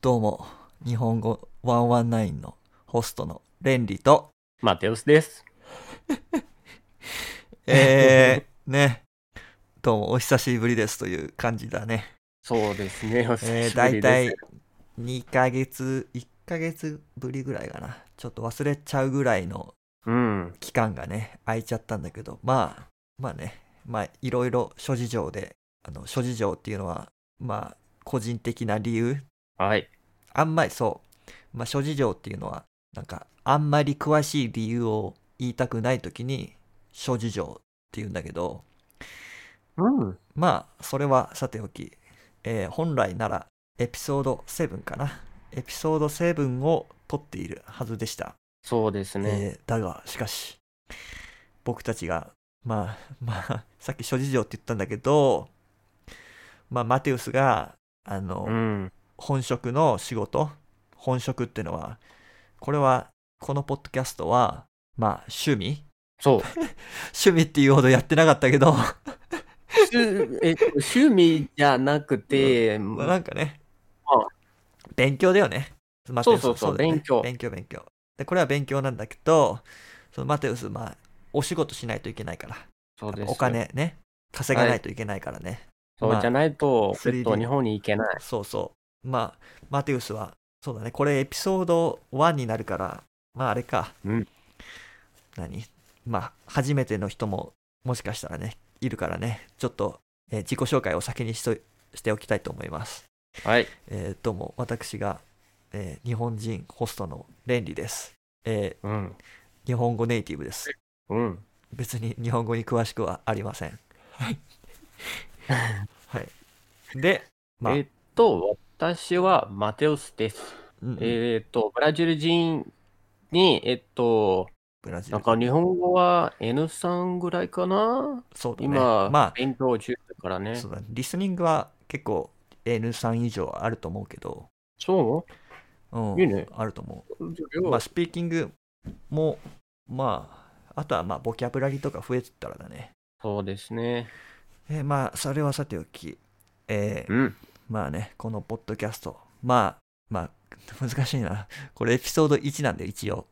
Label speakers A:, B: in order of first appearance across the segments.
A: どうも、日本語119のホストのレンリ と、
B: マテウスです。
A: えー、ね、どうもお久しぶりですという感じだね。
B: そうですね。 お
A: え
B: 久
A: ー、
B: しぶ
A: だ
B: り
A: いた
B: で
A: い
B: す。
A: 2ヶ月、1ヶ月ぶりぐらいかな。ちょっと忘れちゃうぐらいの
B: うん。
A: 期間がね、空いちゃったんだけど、まあ、まあね、まあ、いろいろ諸事情で、あの、諸事情っていうのは、まあ、個人的な理由
B: はい。
A: あんまりそう、まあ、諸事情っていうのはなんかあんまり詳しい理由を言いたくない時に諸事情っていうんだけど
B: うん。
A: まあそれはさておき、えー本来ならエピソード7かなエピソード7を撮っているはずでした、
B: そうですね。
A: えーだがしかし僕たちがまあまあ さっき諸事情って言ったんだけどまあマテウスがあの、
B: うん。
A: 本職の仕事本職っていうのはこれはこのポッドキャストはまあ趣味
B: そう。
A: 趣味っていうほどやってなかったけど
B: しゅえっと趣 味じゃなくて、
A: まあなんかね
B: あ
A: 勉強だよねマテウス
B: そうそうそう
A: だよね
B: 勉強
A: 勉強勉強でこれは勉強なんだけどそのマテウスまあお仕事しないといけないから
B: そうです。
A: お。金ね稼がないといけないからね、
B: そ
A: まあ
B: うじゃないと、
A: 3D
B: 別途日本に行けない。
A: そうそう。まあ、マテウスは、そうだね、これエピソード1になるから、まああれか。
B: うん
A: 何まあ、初めての人も、もしかしたらね、いるからね、ちょっと、えー自己紹介を先にしとしておきたいと思います。
B: はい。
A: えーどうも、私が、えー日本人ホストのレンリです。え
B: うん。
A: ー日本語ネイティブです。
B: うん。
A: 別に日本語に詳しくはありません。はい。はい。で、まあ、
B: えっと、私はマテウスです。
A: うんうん
B: えっと、ブラジル人に、えっと、
A: ブラジル
B: なんか日本語は N3 ぐらいかな
A: そうだね。
B: 今、
A: ま
B: 勉強中だから
A: あ、
B: ね
A: そ。うだねリスニングは結構 N3 以上あると思うけど、
B: そう
A: うん、
B: いいね
A: あると思
B: じゃ
A: う。
B: あ
A: まあ、スピーキングも、まあ、あとはまあ、ボキャブラリーとか増えてたらだね。
B: そうですね。
A: えーまあ、それはさておき、えー
B: うん。
A: まあね、このポッドキャスト、まあ、 まあ、難しいな。これエピソード1なんで、一応。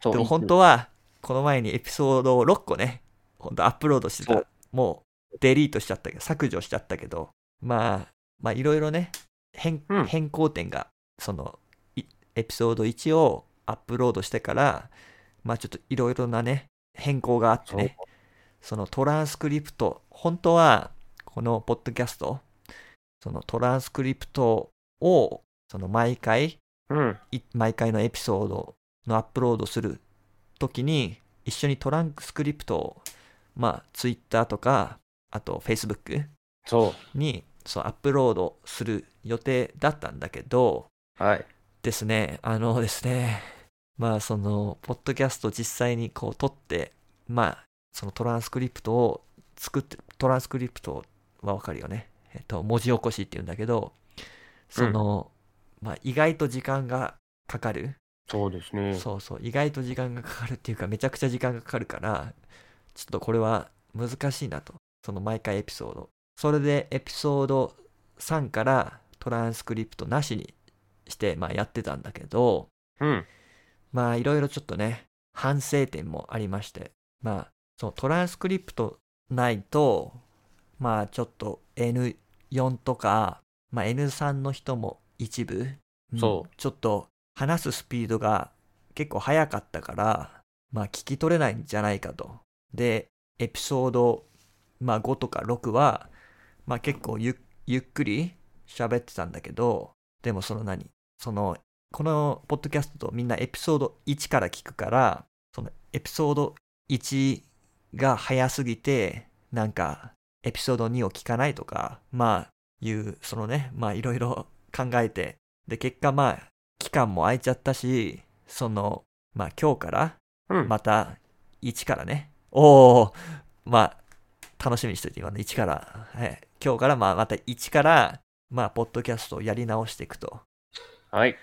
B: そ
A: でも本
B: は
A: 当は、この前にエピソードを6個ね、本当アップロードして
B: そ
A: た
B: う。
A: もう、デリートしちゃったけど、削除しちゃったけど、まあ、まあ、いろいろね、変
B: うん
A: 変更点が、その、いエピソード1をアップロードしてから、まあ、ちょっといろいろなね、変更があってね、そのトランスクリプト、本当は、このポッドキャスト、そのトランスクリプトを、その毎回、
B: うん。
A: い毎回のエピソードのアップロードするときに一緒にトランクスクリプトをまあ Twitter とかあと Facebook
B: そ
A: にそうアップロードする予定だったんだけど
B: う。はい。
A: ですねあのですねまあそのポッドキャスト実際にこう撮ってまあそのトランスクリプトを作ってトランスクリプトはわかるよねえっと文字起こしっていうんだけどその、まあ意外と時間がかかる
B: そうですね。
A: そうそう意外と時間がかかるっていうかめちゃくちゃ時間がかかるからちょっとこれは難しいなとその毎回エピソードそれでエピソード3からトランスクリプトなしにして、まあ、やってたんだけど
B: うん。
A: まあいろいろちょっとね反省点もありましてまあそのトランスクリプトないとまあちょっと N4 とか、まあ、N3 の人も一部、ん
B: そう
A: ちょっと話すスピードが結構速かったからまあ聞き取れないんじゃないかとでエピソード、まあ、5とか6は、まあ、結構ゆゆっくり喋ってたんだけどでもその何そのこのポッドキャストみんなエピソード1から聞くからそのエピソード1が早すぎてなんかエピソード2を聞かないとかまあいうそのねまあいろいろ考えてで結果まあ期間も空いちゃったしそのまあ今日から
B: うん。
A: また1からねおおまあ楽しみにしておいて今の1から、はい、今日からまあまた1からまあポッドキャストをやり直していくと
B: はい。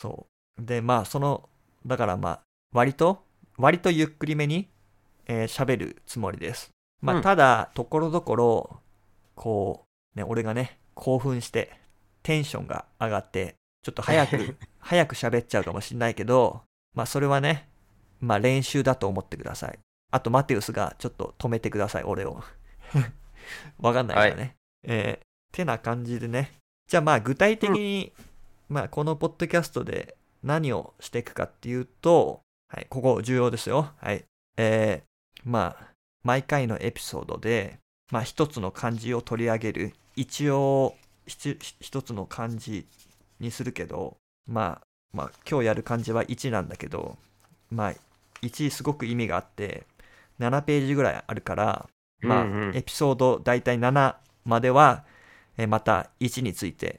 A: そう。で、まあ、その、だからまあ、割と、割とゆっくりめに、えー喋るつもりです。ま
B: う
A: あ、
B: ん
A: ただ、ところどころ、こう、ね、俺がね、興奮して、テンションが上がって、ちょっと早 く、早く喋っちゃうかもしんないけど、まあそれはね、まあ練習だと思ってください。あとマテウスがちょっと止めてください、俺を。 わかんないからね。えーてな感じでね。じゃあまあ具体的に、まあこのポッドキャストで何をしていくかっていうと、はい、ここ重要ですよ。はい。えーまあ、毎回のエピソードで、まあ一つの漢字を取り上げる。一応、ひち一つの漢字にするけど、まあ、まあ今日やる漢字は1なんだけど、まあ1すごく意味があって、7ページぐらいあるから、まあ、
B: うんうん
A: エピソード大体7までは、えーまた1について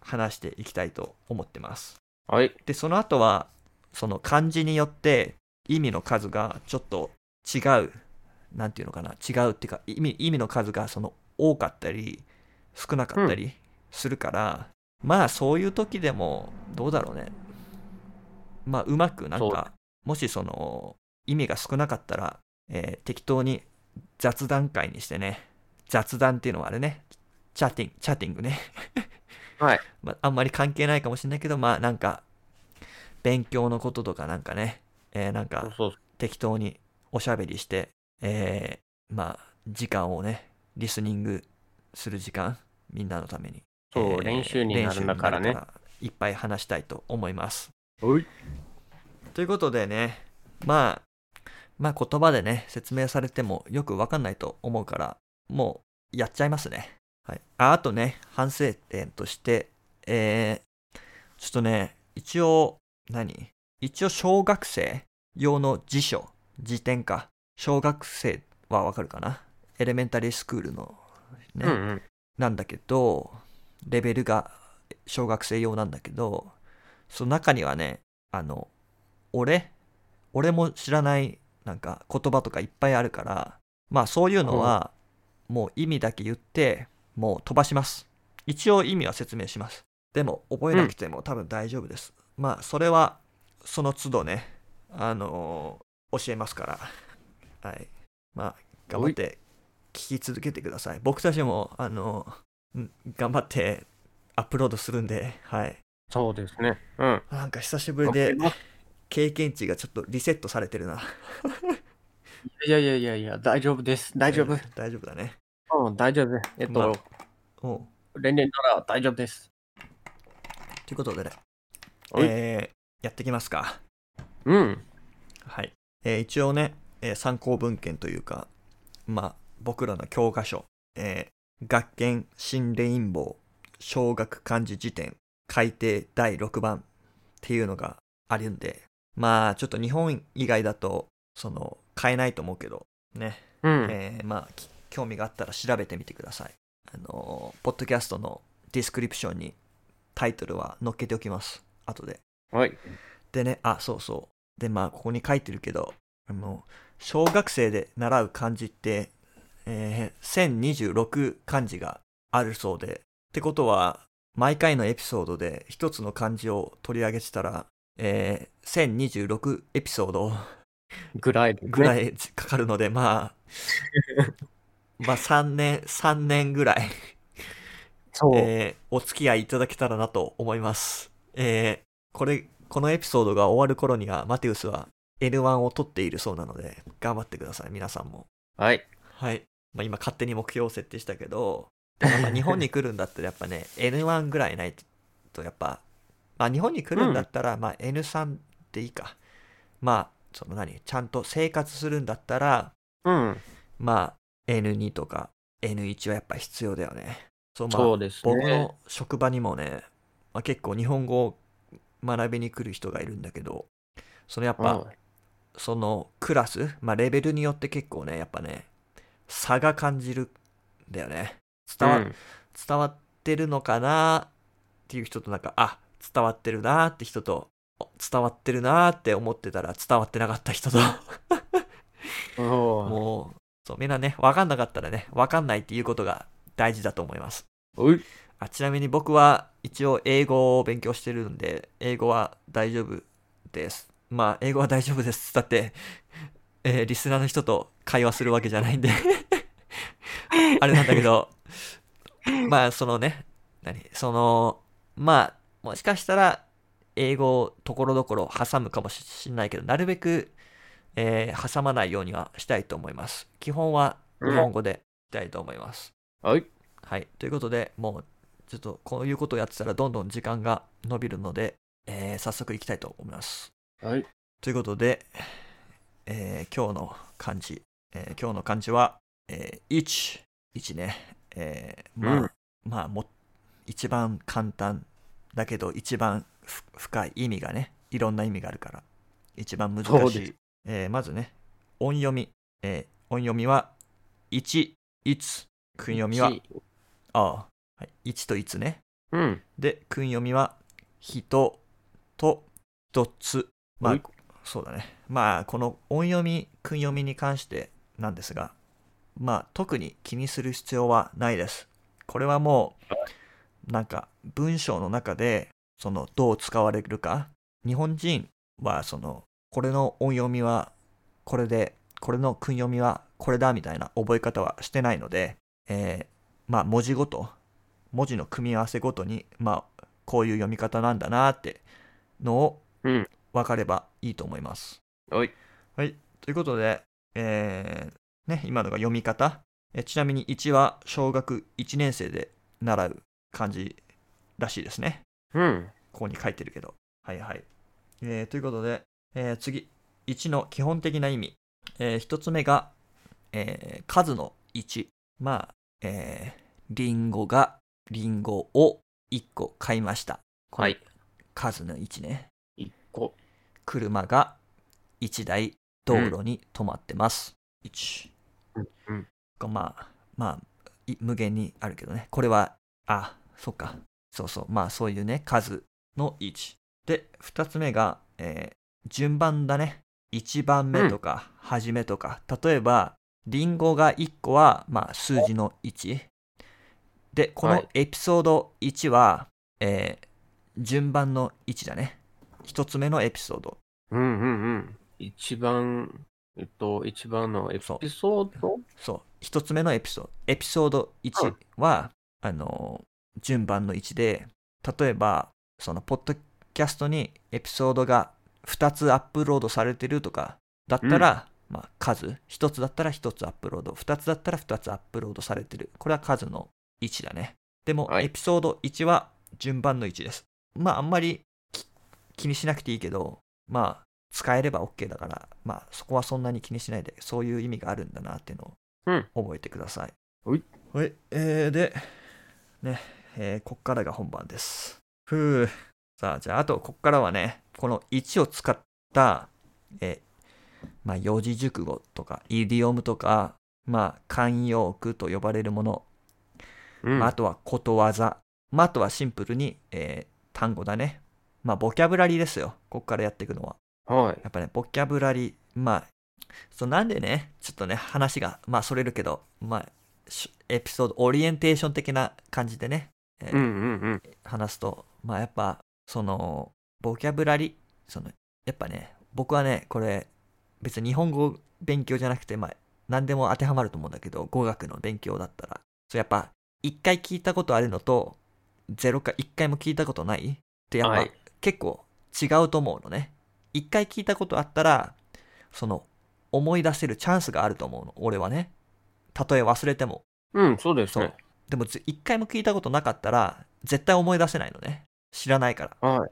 A: 話していきたいと思ってます。
B: はい。
A: で、その後は、その漢字によって意味の数がちょっと違う、なんていうのかな、違うっていうか、意味意味の数がその多かったり、少なかったりするから、まあそういう時でも、どうだろうね。まあうまくなん
B: そう
A: か、もしその意味が少なかったら、えー適当に雑談会にしてね、雑談っていうのはあれね、チャッティング、チャッティングね。
B: はい。
A: まあ、あんまり関係ないかもしれないけど、まあなんか、勉強のこととかなんかね、えーなん
B: そう
A: か
B: そうそう。
A: 適当におしゃべりして、えーまあ時間をね、リスニングする時間、みんなのために。
B: そう
A: えー
B: 練習になるんだからね
A: 練習になるからいっぱい話したいと思います。
B: はい。
A: ということでね、まあ、まあ言葉でね、説明されてもよくわかんないと思うから、もうやっちゃいますね。はい。あ、あとね、反省点として、えーちょっとね、一応、何一応小学生用の辞書、辞典か。小学生はわかるかなエレメンタリースクールのね、
B: うんうん。
A: なんだけど、レベルが小学生用なんだけど、その中にはね、あの、俺俺も知らないなんか言葉とかいっぱいあるから、まあそういうのはもう意味だけ言って、もう飛ばします。一応意味は説明します。でも覚えなくても多分大丈夫です。まあそれはその都度ね、あのー教えますから。はい。まあ頑張って聞き続けてください。僕たちも、あの、ん頑張ってアップロードするんで、はい。
B: そうですね。うん。
A: なんか久しぶりで
B: 頑張りま
A: 経験値がちょっとリセットされてるな。
B: すいやいやいやいや、大丈夫です。大丈夫。
A: 大丈夫だね。
B: うん、大丈夫。えっ
A: まあ
B: と、
A: うん。
B: 連連なら大丈夫です。
A: ということでね、
B: はい
A: えーやっていきますか。
B: うん。
A: はい。えー一応ね、えー参考文献というか、まあ、僕らの教科書、えー学研新レインボー小学漢字辞典改訂第6番っていうのがあるんで、まあ、ちょっと日本以外だと、その、買えないと思うけど、ね、
B: うん。
A: えーまあ、き興味があったら調べてみてください。あのーポッドキャストのディスクリプションにタイトルは載っけておきます。後で。
B: はい。
A: でね、あ、そうそう。で、まあ、ここに書いてるけど、あの、小学生で習う漢字って、えー1026漢字があるそうで、ってことは、毎回のエピソードで一つの漢字を取り上げてたら、えー1026エピソード
B: ぐらいですね。
A: ぐらいかかるので、まあ、まあ3年、3年ぐらい、
B: そう。
A: えーお付き合いいただけたらなと思います。えーこれ、このエピソードが終わる頃には、マテウスは N1 を取っているそうなので、頑張ってください、皆さんも。
B: はい。
A: はい。まあ、今、勝手に目標を設定したけど、でもやっぱ日本に来るんだったら、やっぱね、N1 ぐらいないと、やっぱ、まあ、日本に来るんだったら、まあ、N3 でいいか。まあ、その何、ちゃんと生活するんだったら、
B: うん。
A: まあ、N2 とか N1 はやっぱ必要だよね。そう、まあ、
B: そうです
A: 僕
B: ね。
A: の職場にもね、まあ、結構日本語を学びに来る人がいるんだけど、そのやっぱ、
B: うん
A: そのクラス、まあ、レベルによって結構ね、やっぱね、差が感じるんだよね。伝わ,、
B: うん
A: 伝わってるのかなっていう人となんか、あ、伝わってるなって人と、お伝わってるなって思ってたら伝わってなかった人と。
B: そう
A: もう、そう、みんなね、わかんなかったらね、わかんないっていうことが大事だと思います。
B: うい
A: あちなみに僕は一応英語を勉強してるんで、英語は大丈夫です。まあ、英語は大丈夫です。だって、えーリスナーの人と会話するわけじゃないんで、 あれなんだけど、まあ、そのね、何その、まあ、もしかしたら英語をところどころ挟むかもしれないけど、なるべく、えー挟まないようにはしたいと思います。基本は日本語でいきたいと思います。
B: はい。
A: はい。ということで、もうちょっとこういうことをやってたらどんどん時間が伸びるので、えー早速いきたいと思います。
B: はい。
A: ということで、えー今日の漢字、えー今日の漢字は、えー、1、1ね。えーまあ、
B: うん
A: まあも、一番簡単だけど、一番ふ深い意味がね、いろんな意味があるから、一番難
B: そう
A: し
B: です
A: い。えーまずね、音読み。えー音読みは、1、いつ。訓読みは、ああ、はい、1といつね。
B: うん。
A: で、訓読みは、人と一つ。ま
B: は
A: あ
B: い、
A: そうだね。まあ、この音読み、訓読みに関してなんですが、まあ、特に気にする必要はないです。これはもう、なんか、文章の中で、その、どう使われるか。日本人は、その、これの音読みは、これで、これの訓読みは、これだ、みたいな覚え方はしてないので、えーまあ、文字ごと、文字の組み合わせごとに、まあ、こういう読み方なんだなってのを
B: うん
A: 分かればいいと思います。
B: はい。
A: はい。ということで、えーね、今のが読み方。えちなみに1は小学1年生で習う漢字らしいですね。
B: うん。
A: ここに書いてるけど。はいはい。えーということで、えー次、1の基本的な意味。え1つ目が、えー数の1。まあ、えー、リンゴが、リンゴを1個買いました。
B: は
A: こ
B: い。
A: れ。数の1ね。
B: 一個。
A: 車が1台道路に止まってます。1
B: うんうん。
A: がまあ、まあ、い無限にあるけどね。これは、あ、そっか。そうそう。まあ、そういうね、数の1。で、2つ目が、えー順番だね。1番目とか、初めとか。例えば、リンゴが1個は、まあ、数字の1。で、こ
B: は
A: の
B: い
A: エピソード1は、えー順番の1だね。1つ目のエピソード。
B: うんうんうん。一番、えっと、一番のエピソード
A: そう、一つ目のエピソード。エピソード1は、あのー、順番の1で、例えば、その、ポッドキャストにエピソードが2つアップロードされてるとか、だったら、まあ、数。1つだったら1つアップロード。2つだったら2つアップロードされてる。これは数の1だね。でも、
B: はい
A: エピソード1は順番の1です。まあ、あんまりき気にしなくていいけど、まあ、使えれば OK だから、まあ、そこはそんなに気にしないで、そういう意味があるんだなっていうのを
B: うん。
A: 覚えてください。
B: はい。
A: はい。えー、で、ね、えーこっからが本番です。ふう。さあ、じゃあ、あと、こっからはね、この1を使った、えーまあ、四字熟語とか、イディオムとか、まあ、慣用句と呼ばれるもの、
B: うん
A: まあ、あとはことわざ、まあ、あとはシンプルに、えー単語だね。まあ、ボキャブラリーですよ。こっからやっていくのは。
B: はい。
A: やっぱね、ボキャブラリー、まあ、そうなんでね、ちょっとね、話が、まあ、それるけど、まあ、しエピソード、オリエンテーション的な感じでね、えー
B: うんうんうん。
A: 話すと、まあ、やっぱ、その、ボキャブラリー、その、やっぱね、僕はね、これ、別に日本語勉強じゃなくて、まあ、何でも当てはまると思うんだけど、語学の勉強だったら、そうやっぱ、一回聞いたことあるのと、ゼロか一回も聞いたことないって、やっぱ、
B: はい。
A: 結構違うと思うのね。一回聞いたことあったら、その、思い出せるチャンスがあると思うの、俺はね。たとえ忘れても。
B: うん、そうです
A: そう
B: ね。。
A: でも、ぜ一回も聞いたことなかったら、絶対思い出せないのね。知らないから。
B: はい。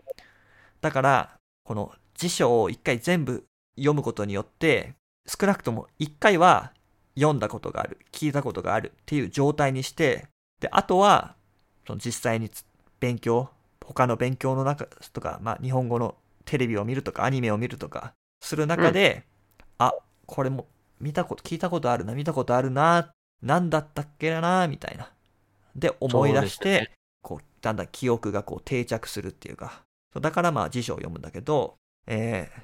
A: だから、この辞書を一回全部読むことによって、少なくとも一回は読んだことがある、聞いたことがあるっていう状態にして、で、あとは、その実際につ勉強、他の勉強の中とか、まあ日本語のテレビを見るとかアニメを見るとかする中で、あ、これも見たこと、聞いたことあるな、見たことあるな、なんだったっけな、みたいな。で、思い出し
B: そうです
A: て、こう、だんだん記憶がこう定着するっていうか。そうだからまあ辞書を読むんだけど、えー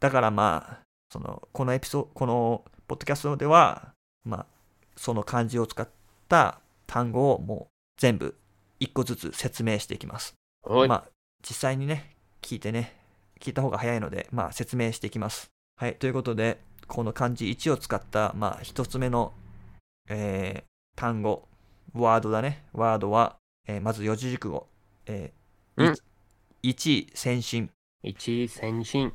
A: だからまあ、その、このエピソード、この、ポッドキャストでは、まあ、その漢字を使った単語をもう全部一個ずつ説明していきます。
B: はい。
A: まあ、実際にね、聞いてね、聞いた方が早いので、まあ、説明していきます。はい、ということで、この漢字1を使った、まあ、一つ目の、えー単語、ワードだね。ワードは、えーまず四字熟語。えー
B: うん
A: い1先進
B: 一先進。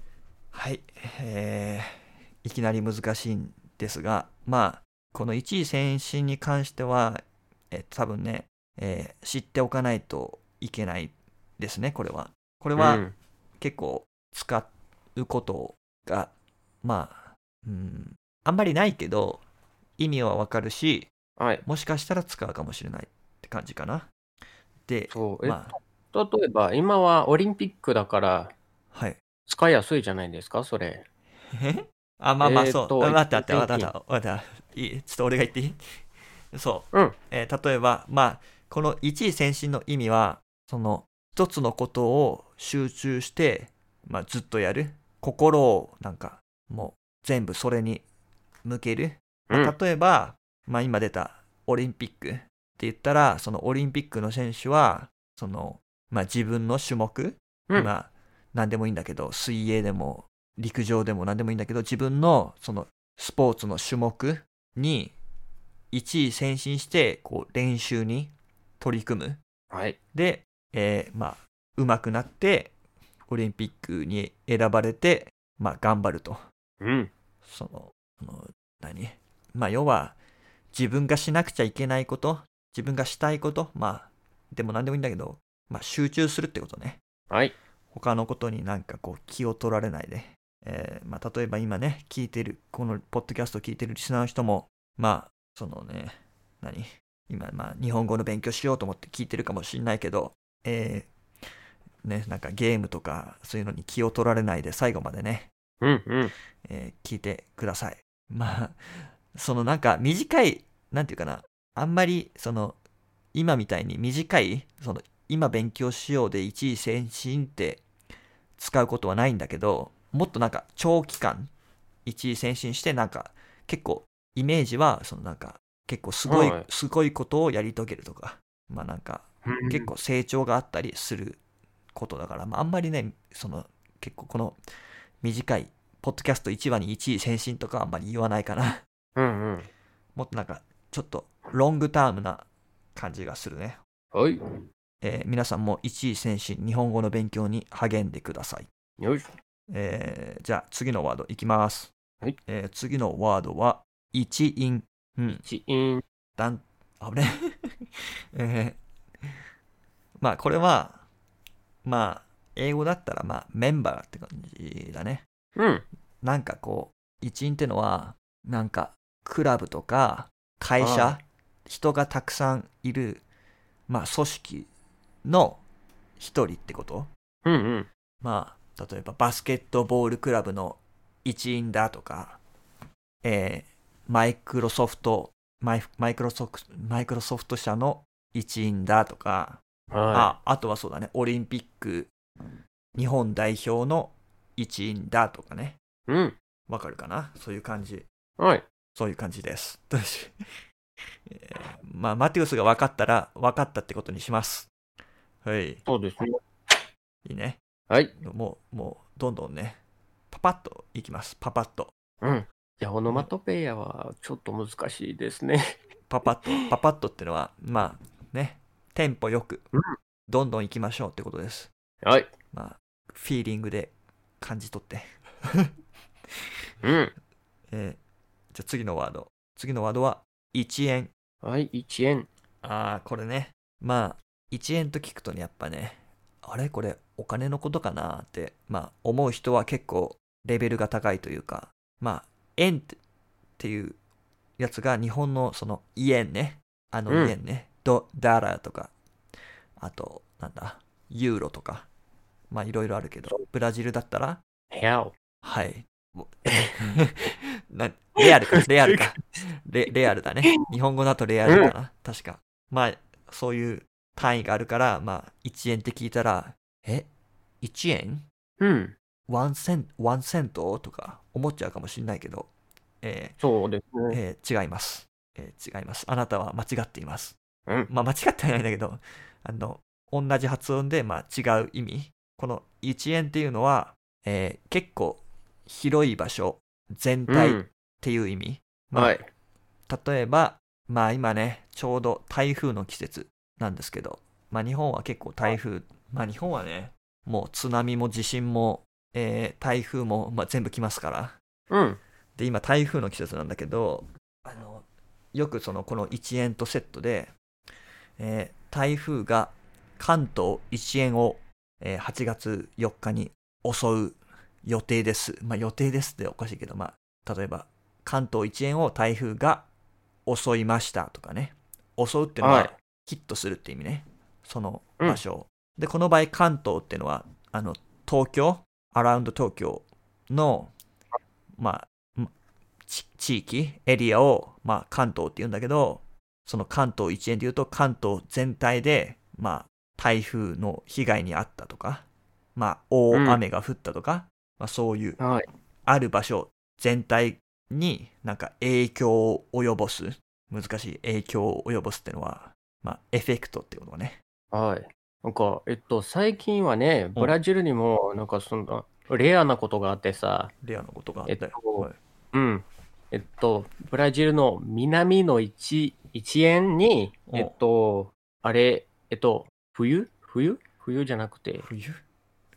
A: はい、えーいきなり難しいんですが、まあ、この1位先進に関しては、え多分ね、えー知っておかないといけないですね、これは。これ
B: う
A: は
B: ん
A: 結構使うことが、まあ、うん、あんまりないけど、意味はわかるし、
B: はい。
A: もしかしたら使うかもしれないって感じかな。で、
B: そう。え、
A: まあ、
B: 例えば、今はオリンピックだから、
A: はい。
B: 使いやすいじゃないですか、それ。
A: えあ、まあまあ、
B: えー
A: そ
B: と
A: う。あ待った待
B: 言
A: っ
B: って
A: た
B: いい
A: 待った待った。待ったいいちょっと俺が言っていいそう。
B: うん
A: えー例えば、まあ、この一位先進の意味は、その、一つのことを集中して、まあ、ずっとやる。心を、なんか、もう、全部それに向ける。
B: うん。
A: 例えば、まあ、今出たオリンピックって言ったらそのオリンピックの選手はその、まあ、自分の種目、
B: うん
A: まあ何でもいいんだけど水泳でも陸上でも何でもいいんだけど自分のそのスポーツの種目に1位先進してこう練習に取り組む
B: はい。
A: で、えーまあ上手くなってオリンピックに選ばれて、まあ、頑張ると。
B: うん。
A: その、その何まあ、要は、自分がしなくちゃいけないこと、自分がしたいこと、まあ、でも何でもいいんだけど、まあ、集中するってことね。
B: はい。
A: 他のことになんかこう、気を取られないで。えーまあ、例えば今ね、聞いてる、このポッドキャストを聞いてるリスナーの人も、まあ、そのね、何今、まあ、日本語の勉強しようと思って聞いてるかもしんないけど、えーね、なんかゲームとか、そういうのに気を取られないで、最後までね、
B: うんうん。
A: えー聞いてください。 まあ、そのなんか短い、なんていうかな、あんまりその、今みたいに短い、その、今勉強しようで一位先進って使うことはないんだけど、もっとなんか長期間、一位先進してなんか結構イメージはそのなんか結構すごい
B: はい、
A: すごいことをやり遂げるとか、まあなんか
B: うん
A: 結構成長があったりすることだから、まあ、あんまりねその結構この短いポッドキャスト1話に1位先進とかはあんまり言わないかな
B: うんうん。
A: もっとなんかちょっとロングタームな感じがするね、
B: はい。
A: えー皆さんも1位先進日本語の勉強に励んでください、
B: よし。
A: えーじゃあ次のワードいきます、
B: はい
A: えー次のワードは一因うん
B: 一員。
A: だんあ れえーまあこれはまあ英語だったらまあメンバーって感じだね
B: うん。
A: なんかこう一員ってのはなんかクラブとか会社、
B: あ
A: 人がたくさんいるまあ組織の一人ってこと
B: うんうん。
A: まあ例えばバスケットボールクラブの一員だとかえーマイクロソフトマイマイクロソフトマイクロソフト社の一員だとか
B: は
A: ああとはそうだねオリンピック日本代表の一員だとかね
B: い。うん。
A: わかるかなそういう感じ
B: はい。
A: そういう感じです どうしえーまあマテウスが分かったら分かったってことにしますはいい
B: そうですね。
A: いね
B: はい。
A: もうもうどんどんねパパッといきますパパッと
B: うん。いや、オノマトペアはちょっと難しいですね。
A: パパッとパパッとってのはまあねテンポよく
B: うん
A: どんどんいきましょうってことです
B: はい。
A: まあフィーリングで感じ取って
B: うん。
A: えーじゃあ次のワード。次のワードは、1円。
B: はい。一円。
A: ああ、これね。まあ、1円と聞くとね、やっぱね、あれこれお金のことかなって、まあ、思う人は結構レベルが高いというか、まあ、円ってっていうやつが日本のその、イエンね。あの
B: うん
A: イエンね。ド、ダラーとか、あと、なんだ、ユーロとか、まあ、いろいろあるけど、ブラジルだったら、
B: 部屋を。
A: はい。も なレアルか、レアルか。レレアルだね。日本語だとレアルだな。確か。まあ、そういう単位があるから、まあ、1円って聞いたら、え ?1 円
B: うん。
A: ?1 セント ?1 セントとか思っちゃうかもしれないけど、え
B: そうです
A: ー
B: ね。
A: えー違います、えー違います。あなたは間違っています。
B: うん。
A: まあ、間違ってはないんだけど、あの、同じ発音で、まあ、違う意味。この1円っていうのは、えー結構広い場所、全
B: う
A: 体っ
B: ん。
A: ていう意味。まあ
B: はい。
A: 例えば、まあ今ね、ちょうど台風の季節なんですけど、まあ日本は結構台風、まあ日本はね、もう津波も地震も、えー台風も、まあ、全部来ますから。
B: うん。
A: で、今台風の季節なんだけど、あの、よくその、この1円とセットで、えー台風が関東1円を、えー8月4日に襲う予定です。まあ予定ですっておかしいけど、まあ、例えば、関東1円を台風が襲いましたとかね。襲うっていうの
B: はい
A: は、ヒットするって意味ね。その場所を、で、この場合関東っていうのは、あの、東京、アラウンド東京の、まあ、んち地域、エリアを、まあ、関東って言うんだけど、その関東一円で言うと関東全体で、まあ、台風の被害に遭ったとか、まあ、大雨が降ったとか、まあ、そういう
B: はい。
A: ある場所全体になんか影響を及ぼす、難しい影響を及ぼすっていうのは、まあ、エフェクトっていうのはね。
B: はい。なんか、えっと、最近はね、ブラジルにも、なんかそんな、レアなことがあってさ、
A: レアなことがあったよ。
B: えっと
A: はい
B: うん。えっと、ブラジルの南の一一円に、
A: お
B: えっと、あれ、えっと、冬冬冬じゃなくて、
A: 冬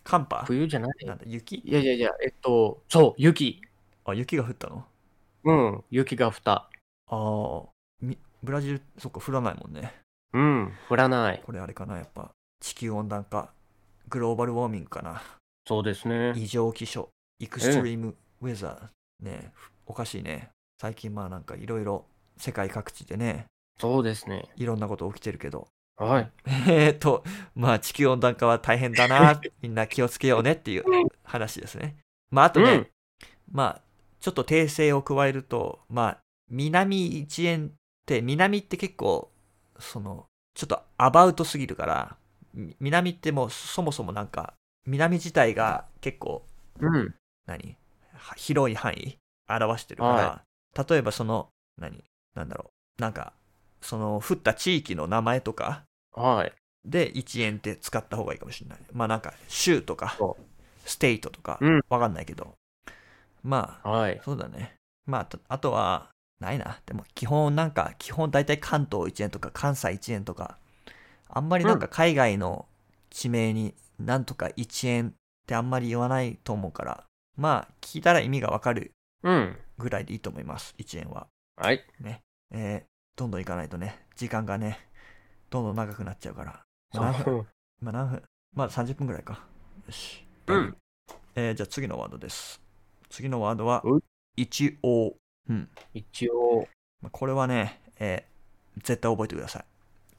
A: 寒波
B: 冬じゃない。
A: なんだ、雪
B: いやいやいや、えっと、そう、雪。
A: あ、雪が降ったの
B: うん、雪が降った。
A: ああ、みブラジル、そっか、降らないもんね。
B: うん、降らない。
A: これあれかな、やっぱ、地球温暖化、グローバルウォーミングかな。
B: そうですね。
A: 異常気象、エクストリームウェザー。ねえふおかしいね。最近まあなんかいろいろ世界各地でね、
B: そうですね。
A: いろんなこと起きてるけど、
B: はい。
A: えーっと、まあ地球温暖化は大変だ な、みんな気をつけようねっていう話ですね。まああと
B: う
A: ね、
B: ん。
A: まあ、ちょっと訂正を加えると、まあ、南一円って、南って結構、その、ちょっとアバウトすぎるから、み南ってもうそもそもなんか、南自体が結構、
B: うん。
A: 何は広い範囲表してるから、
B: は
A: 例えばその、何なんだろう、なんか、その、降った地域の名前とか
B: はい。
A: で一円って使った方がいいかもしれない。まあなんか、州とか
B: そ、
A: ステイトとか
B: うん、
A: わかんないけど、まあ、
B: はい。
A: そうだね。まあ、あとあとは、ないな。でも、基本なんか、基本大体関東1円とか関西1円とか、あんまりなんか海外の地名になんとか1円ってあんまり言わないと思うから、まあ、聞いたら意味がわかる
B: うん。
A: ぐらいでいいと思います、1円は。
B: はい。
A: えー、どんどん行かないとね、時間がね、どんどん長くなっちゃうから。まあ、何分
B: そう
A: まあ、何分まだ30分ぐらいか。よし。
B: うん。
A: えーじゃあ次のワードです。次のワードは
B: う、
A: 一応。うん。
B: 一応、
A: まあこれはね、えー絶対覚えてください。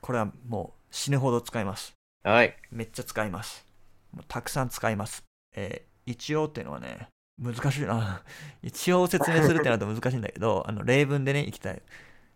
A: これはもう死ぬほど使います。
B: はい。
A: めっちゃ使います。もうたくさん使います。えー一応っていうのはね、難しいな。 一応説明するってなると難しいんだけど、あ の例文でね、いきたい。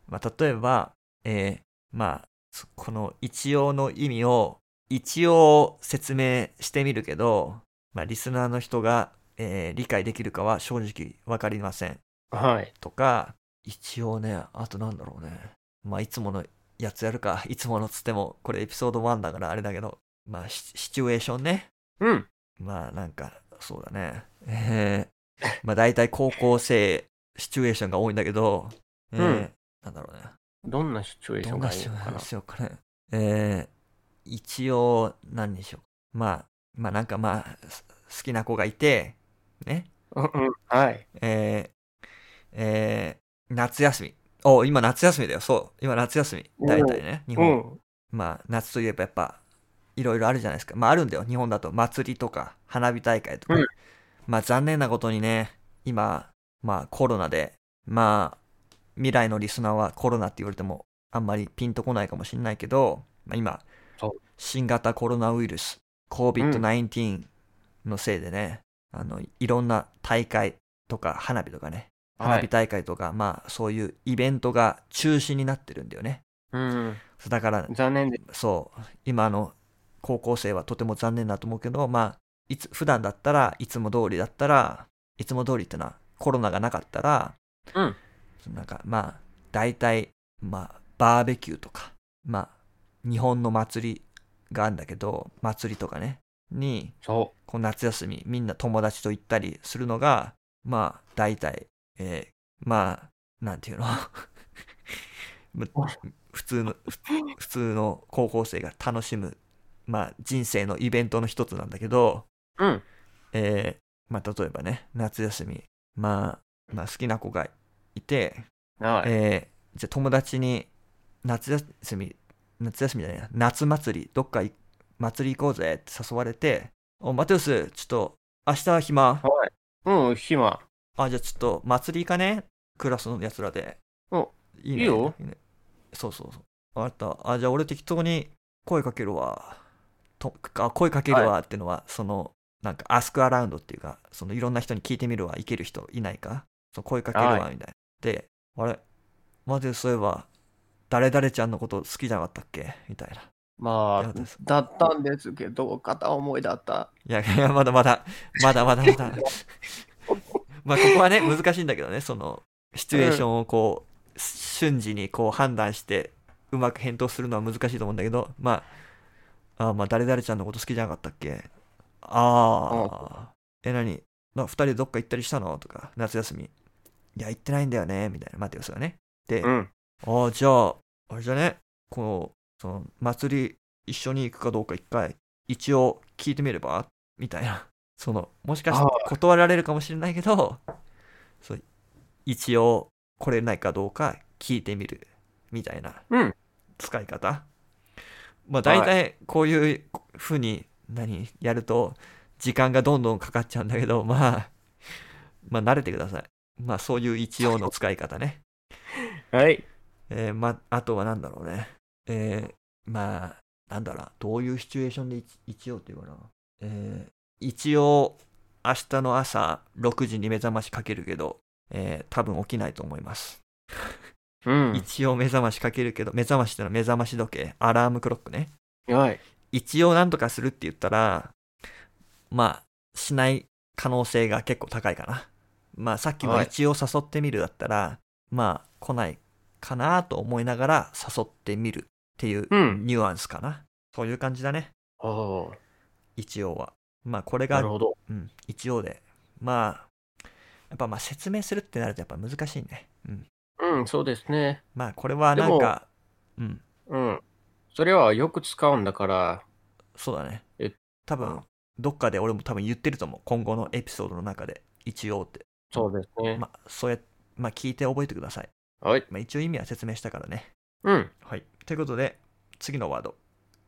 A: まあ、例えば、えーまあ、そこの一応の意味を一応説明してみるけど、まあ、リスナーの人が、えー理解できるかは正直わかりません。
B: はい。
A: とか、一応ね、あとなんだろうね。まあ、いつものやつやるか、い つものつっても、これエピソード1だからあれだけど、まあ、シシチュエーションね。
B: うん。
A: まあ、なんか、そうだね。え ー、まあ、大体高校生シチュエーションが多いんだけど、えー
B: うん
A: なんだろうね。
B: どんなシチュエーショ
A: ど
B: ン
A: んな
B: がい
A: シ
B: い
A: チ
B: の
A: ュエ
B: かな
A: ーションかね。えー、一応、何にしよう。まあ、まあ、なんかまあ、す好きな子がいて、ね。
B: うんうん。はい。
A: えーえー夏休み。お今夏休みだよ。そう。今夏休み。大体ね。日
B: う
A: 本。
B: ん。
A: まあ、夏といえばやっぱ、いろいろあるじゃないですか。まあ、あるんだよ。日本だと祭りとか、花火大会とか。
B: うん
A: まあ、残念なことにね、今、まあ、コロナで、まあ、未来のリスナーはコロナって言われても、あんまりピンとこないかもしれないけど、まあ、今
B: そう、
A: 新型コロナウイルス、COVID-19 のせいでね、あの、いろんな大会とか、花火とかね、
B: は
A: 花火
B: い。
A: 大会とか、まあ、そういうイベントが中止になってるんだよね。
B: うん。
A: だから、
B: 残念で。
A: そう今の高校生はとても残念だと思うけどまあいつ普段だったらいつも通りだったらいつも通りってのはコロナがなかったら、
B: うん
A: なんかまあ大体まあバーベキューとかまあ日本の祭りがあるんだけど祭りとかねに
B: そ
A: こう夏休みみんな友達と行ったりするのがまあ大体、えーまあなんていうの む普通のふ普通の高校生が楽しむまあ、人生のイベントの一つなんだけど、
B: うん。
A: えーまあ、例えばね、夏休み、まあ、まあ、好きな子がいて、
B: はい。
A: えーじゃあ友達に夏休み夏休みじゃないな夏祭りどっかい祭り行こうぜって誘われて「おマテウスちょっと明日暇
B: はい。うん、暇。
A: あじゃあちょっと祭り行かねクラスのやつらで」
B: お
A: いいね
B: いいよ
A: ねそうそうそう分かったあじゃあ俺適当に声かけるわとあ声かけるわってのは、そのなんかアスクアラウンドっていうかそのいろんな人に聞いてみるわいける人いないかその声かけるわみた
B: はい
A: な、であれマテウスそういえば誰々ちゃんのこと好きじゃなかったっけみたいな
B: ま
A: いや
B: あ
A: です、
B: だったんですけど、片思いだった。
A: いやいやまだまだまだまだまだまあここはね難しいんだけどねそのシチュエーションをこう、瞬時にこう判断してうまく返答するのは難しいと思うんだけどまああまあ誰々ちゃんのこと好きじゃなかったっけああえ何な2人でどっか行ったりしたのとか夏休みいや行ってないんだよねみたいなマテウスがねで、
B: うん。
A: ああ、じゃあ、あれじゃね、この、その、祭り、一緒に行くかどうか一回、一応聞いてみればみたいな。その、もしかして
B: あ
A: 断られるかもしれないけど、そう一応来れないかどうか聞いてみる、みたいな
B: うん。
A: 使い方。まあ、大体、こういう風に、何、やると、時間がどんどんかかっちゃうんだけど、まあ、まあ、慣れてください。まあ、そういう一応の使い方ね。
B: はい。
A: えーま、あとはなんだろうね。えーまあ、なんだろうな。どういうシチュエーションで一一応っていうかな。えー一応、明日の朝6時に目覚ましかけるけど、えー多分起きないと思います。
B: うん。
A: 一応目覚ましかけるけど、目覚ましってのは目覚まし時計、アラームクロックね。
B: はい。
A: 一応なんとかするって言ったら、まあ、しない可能性が結構高いかな。まあ、さっきの
B: はい
A: 一応誘ってみるだったら、まあ、来ないかなと思いながら誘ってみるっていう
B: うん
A: ニュアンスかな。そういう感じだね、
B: ああ、
A: 一応は。まあ、これ
B: な
A: が
B: る、ほど。
A: うん、一応で。まあ、やっぱまあ説明するってなるとやっぱ難しいね。うん。
B: うん、そうですね。
A: まあ、これはなんか、うん、
B: うん。それはよく使うんだから、
A: そうだね
B: え。
A: 多
B: う
A: 分
B: ん、
A: どっかで俺も多分言ってると思う。今後のエピソードの中で、一応って。
B: そうですね。
A: まあ、そうや、まあ、聞いて覚えてください。
B: はい。
A: まあ、一応意味は説明したからね。
B: うん。
A: はい。ということで、次のワード。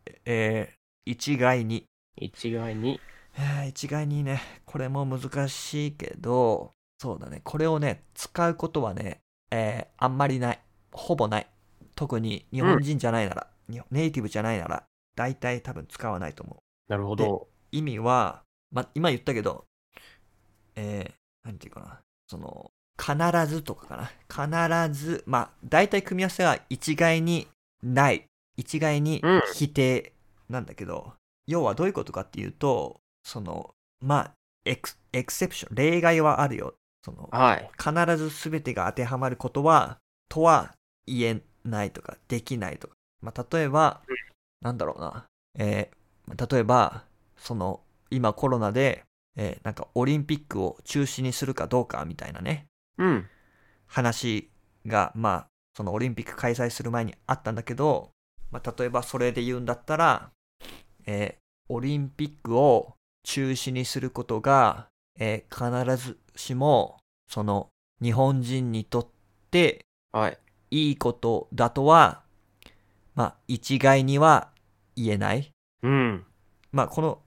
A: ええー一概に。
B: 一概に。
A: えー一概にね、これも難しいけど、そうだね。これをね、使うことはね、えーあんまりない。ほぼない。特に日本人じゃないなら、日本ネイティブじゃないなら、大体多分使わないと思う。
B: なるほど。
A: 意味は、ま、今言ったけど、えー、なんていうかな、その、必ずとかかな。必ず、まあ、大体組み合わせは一概にない。一概に
B: うん
A: 否定なんだけど、要はどういうことかっていうと、その、まあ、エクエクセプション、例外はあるよ。その、
B: はい。
A: 必ず全てが当てはまることは、とは言えないとか、できないとか。まあ、例えば、なんだろうな。えーまあ例えば、その、今コロナで、えーなんかオリンピックを中止にするかどうかみたいなね、
B: うん。
A: 話が、まあ、そのオリンピック開催する前にあったんだけど、まあ、例えばそれで言うんだったら、えーオリンピックを中止にすることが、えー必ずしも、その、日本人にとって
B: はい。
A: いいことだとは、まあ、一概には言えない。
B: うん。
A: まあ、この、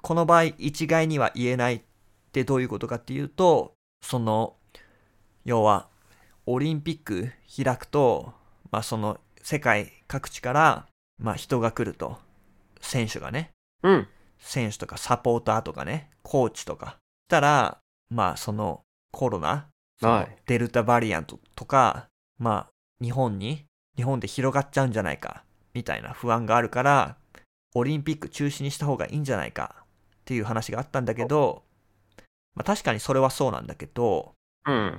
A: この場合、一概には言えないってどういうことかっていうと、その、要は、オリンピック開くと、まあ、その、世界各地から、まあ、人が来ると。選手がね。
B: うん。
A: 選手とかサポーターとかね、コーチとか。したら、まあ、その、コロナ、その
B: はい
A: デルタバリアントとか、まあ、日本に、日本で広がっちゃうんじゃないか、みたいな不安があるから、オリンピック中止にした方がいいんじゃないか、っていう話があったんだけど、まあ、確かにそれはそうなんだけど、
B: うん。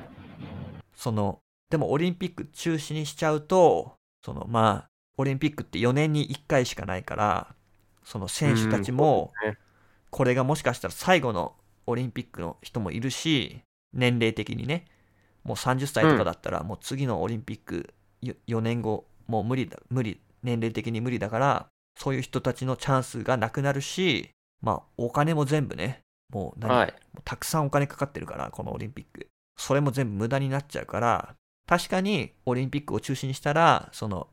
A: その、でもオリンピック中止にしちゃうと、その、まあ、オリンピックって4年に1回しかないから、その選手たちも、
B: うんそうですね
A: これがもしかしたら最後のオリンピックの人もいるし、年齢的にね、もう30歳とかだったら、もう次のオリンピック4年後、もう無理だ、無理、年齢的に無理だから、そういう人たちのチャンスがなくなるし、まあ、お金も全部ね、もう何、
B: はい。
A: もうたくさんお金かかってるから、このオリンピック。それも全部無駄になっちゃうから、確かにオリンピックを中止にしたら、その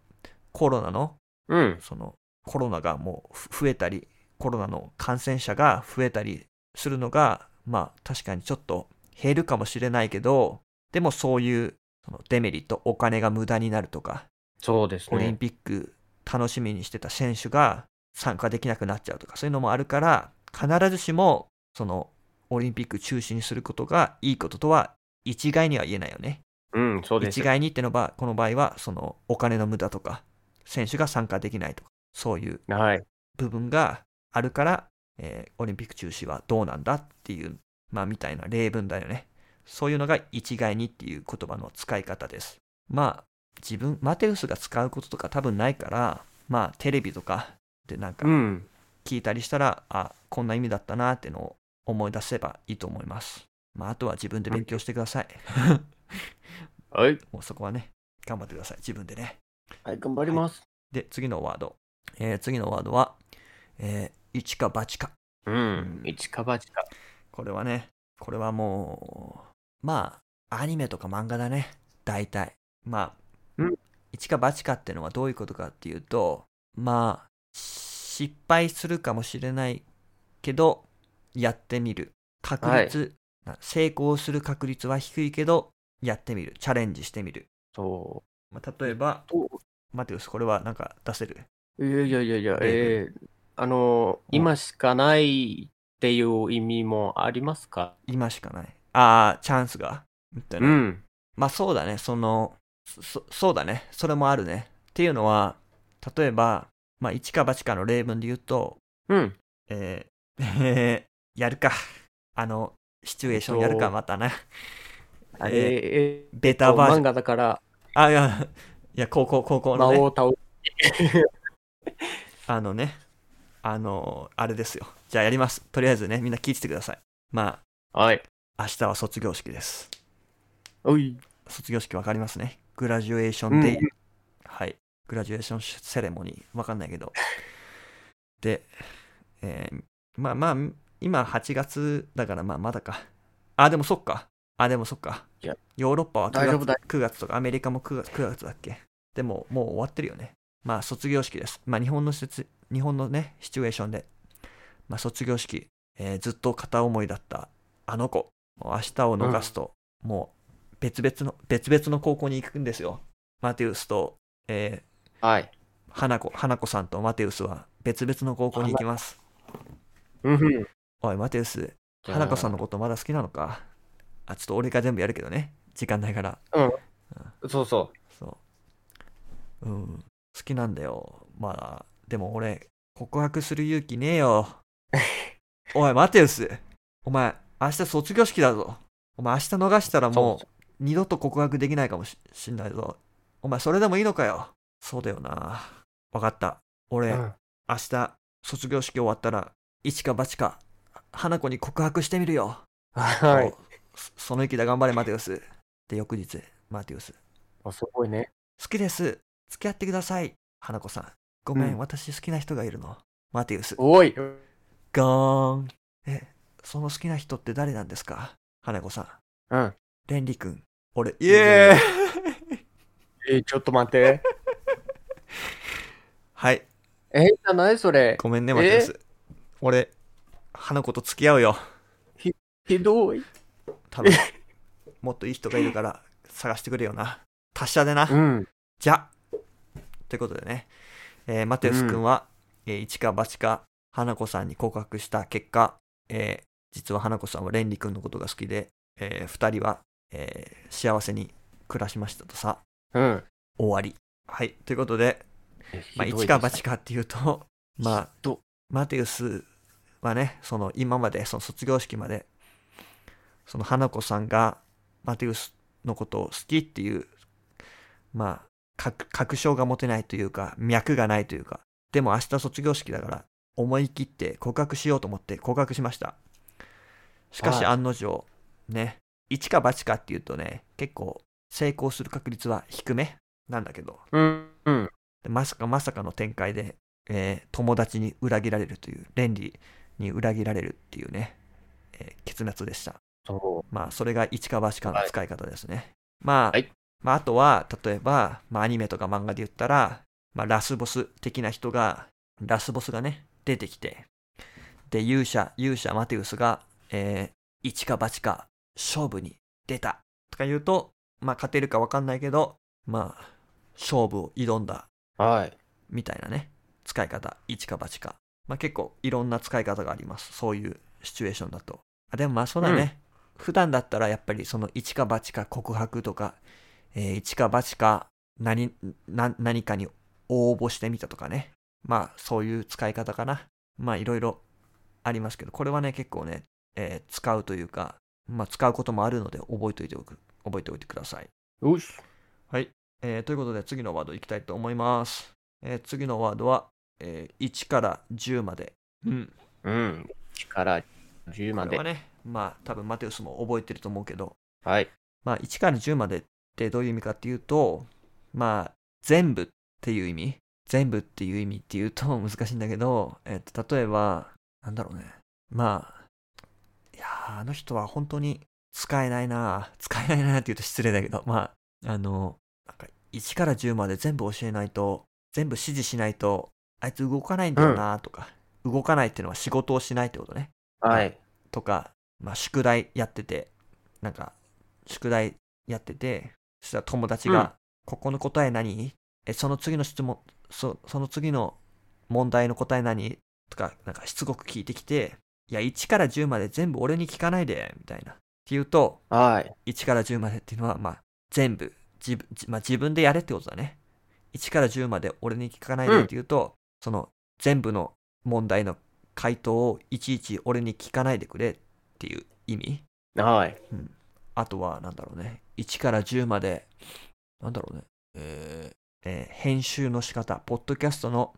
A: コロナの、
B: うん。
A: そのコロナがもうふ増えたり、コロナの感染者が増えたりするのが、まあ確かにちょっと減るかもしれないけど、でもそういうそのデメリット、お金が無駄になるとか、
B: そうです
A: オリン
B: ね。
A: ピック楽しみにしてた選手が参加できなくなっちゃうとかそういうのもあるから必ずしもそのオリンピック中止にすることがいいこととは一概には言えないよね。
B: うん、そうです
A: 一。概にってのはこの場合はそのお金の無駄とか選手が参加できないとかそういう
B: はい。
A: 部分があるから、えーオリンピック中止はどうなんだっていうまあみたいな例文だよねそういうのが一概にっていう言葉の使い方ですまあ自分マテウスが使うこととか多分ないからまあテレビとかでなんか
B: うん。
A: 聞いたりしたら、あこんな意味だったなってのを思い出せばいいと思いますまああとは自分で勉強してください
B: はい。
A: もうそこはね頑張ってください自分でね
B: はい、頑張ります。
A: で次のワード、えー次のワードは、えー一か八か
B: うん。一か八か。
A: これはね、これはもう、まあ、アニメとか漫画だね。大体。まあ
B: うん、
A: 一か八かってのはどういうことかっていうと、まあ、失敗するかもしれないけど、やってみる。確率、な成功する確率は低いけど、やってみる。チャレンジしてみる。
B: そ
A: まあ、例えば、
B: う。お
A: マテウス、これはなんか出せる
B: いやいやいやいや、
A: え
B: えー、あの、
A: うん
B: 今しかないっていう意味もありますか
A: 今しかない。ああ、チャンスが。みたいな。
B: ん。
A: まあそうだね、その、そそうだね、それもあるね。っていうのは、例えば、まあ一か八かの例文で言うと、
B: うん。
A: えー えーやるか。あの、シチュエーションやるか、またね。
B: あれ、
A: えー
B: え
A: ベ
B: ー
A: タバージョ
B: 漫
A: ン。
B: 画だから、
A: あ、いや、いや、高校、高校
B: 魔
A: のね、
B: 王倒
A: あのね、あの、あれですよ。じゃあやります。とりあえずね、みんな聞いててください。ま
B: はい。
A: あ、明日は卒業式です。
B: おい。
A: 卒業式わかりますね。グラジュエーションデイ。
B: うん
A: はい。グラジュエーションセレモニー。わかんないけど。で、えーまあまあ、今8月だからまあまだか。あ、でもそっか。あ、でもそっか
B: いや。
A: ヨーロッパは
B: 大丈
A: 9月
B: 夫だ
A: ,9 月とか、アメリカも 9, 月9月だっけ。でももう終わってるよね。まあ卒業式です。まあ日本の施設日本のね、シチュエーションで。まあ卒業式、えーずっと片思いだったあの子。もう明日を逃すと、もう別々の、別々の高校に行くんですよ。マテウスと、え
B: はい。
A: ー花子、花子さんとマテウスは別々の高校に行きます。
B: うん。
A: おい、マテウス、花子さんのことまだ好きなのかあ、ちょっと俺が全部やるけどね。時間ないから。
B: の。そうそ
A: そう。うん。好きなんだよ。まあ、でも俺、告白する勇気ねえよ。おい、マテウス。お前、明日卒業式だぞ。お前、明日逃したら
B: う。
A: もう、二度と告白できないかもししんないぞ。お前、それでもいいのかよ。そうだよな。わかった。
B: う
A: 俺、
B: ん。
A: 明日、卒業式終わったら、一か八か、花子に告白してみるよ。
B: はい。
A: そその意気だ、頑張れ、マテウス。で、翌日、マテウス。
B: あすごいね。
A: 好きです。付き合ってください。花子さん。ごめん、
B: うん
A: 私好きな人がいるの。マテウス。
B: おい。
A: ガーン。え、その好きな人って誰なんですか花子さん。
B: うん。
A: レンリ君。俺、イ
B: エ
A: エーイ
B: えー、ちょっと待って。
A: はい。
B: えー、じゃないそれ。
A: ごめんね、マテウス。俺、花子と付き合うよ。
B: ひどい。
A: 多分。もっといい人がいるから、探してくれよな。達者でな。
B: うん。
A: じゃということでね、えーマテウス君は、えー一か八か花子さんに告白した結果、えー実は花子さんはレンリ君のことが好きで、えー二人は、えー幸せに暮らしましたとさ、
B: うん。
A: 終わり。はい、ということで、まあ、
B: ひど
A: 一
B: いです
A: か八かっていうと、 まあ、
B: ど
A: マテウスはね、その今まで、その卒業式まで、その花子さんがマテウスのことを好きっていう、まあ、確確証が持てないというか、脈がないというか、でも明日卒業式だから、思い切って告白しようと思って告白しました。しか
B: は
A: し
B: い
A: 案の定、ね、一か八かっていうとね、結構成功する確率は低めなんだけど、
B: うん。うん。
A: でまさかまさかの展開で、えー友達に裏切られるという、レンリに裏切られるっていうね、えー結末でした。
B: そ
A: まあ、それが一か八かの使い方ですね。まあ、
B: はい
A: まあ、あとは、例えば、まあ、アニメとか漫画で言ったら、まあ、ラスボス的な人が、ラスボスがね、出てきて、で、勇者、勇者マテウスが、えー、一か八か、勝負に出た。とか言うと、まあ、勝てるかわかんないけど、まあ、勝負を挑んだ、
B: う。はい。
A: みたいなね、使い方、一か八か。まあ、結構、いろんな使い方があります。そういうシチュエーションだと。あ、でもまあ、そうだね。普段だったら、やっぱり、その、一か八か告白とか、えー、一か八か何な何かに応募してみたとかね。まあ、そういう使い方かな。まあ、いろいろありますけど、これはね、結構ね、えー使うというか、まあ、使うこともあるので、覚えておいておく、覚えておいてください。
B: よし。
A: はい、えーということで、次のワードいきたいと思います。えー次のワードは、えー1から10まで。うん。
B: うん。1から10ま
A: これ
B: で。
A: はね、まあ、多分マテウスも覚えてると思うけど、
B: はい。
A: まあ、1から10までってどういう意味かっていうと、まあ、全部っていう意味全部っていう意味っていうと 難しいんだけど、えっと、例えば、なんだろうね。まあ、いやーあの人は本当に使えないな使えないなって言うと失礼だけど、まあ、あの、なんか1から10まで全部教えないと、全部指示しないと、あいつ動かないんだよなとか、動かないっていうのは仕事をしないってことね。
B: はい。
A: とか、まあ、宿題やってて、なんか、宿題やってて、そしたら友達が、
B: うん
A: ここの答え何え、その次の質問、そその次の問題の答え何とか、なんかしつこく聞いてきて、いや、1から10まで全部俺に聞かないで、みたいな。って言うと、
B: はい。
A: 1から10までっていうのは、まあ、全部、自分、じまあ、自分でやれってことだね。1から10まで俺に聞かないでっていうと、その、全部の問題の回答をいちいち俺に聞かないでくれっていう意味。
B: はい。
A: あとは、なんだろうね。1から10まで、なんだろうね。えーえー編集の仕方、ポッドキャストの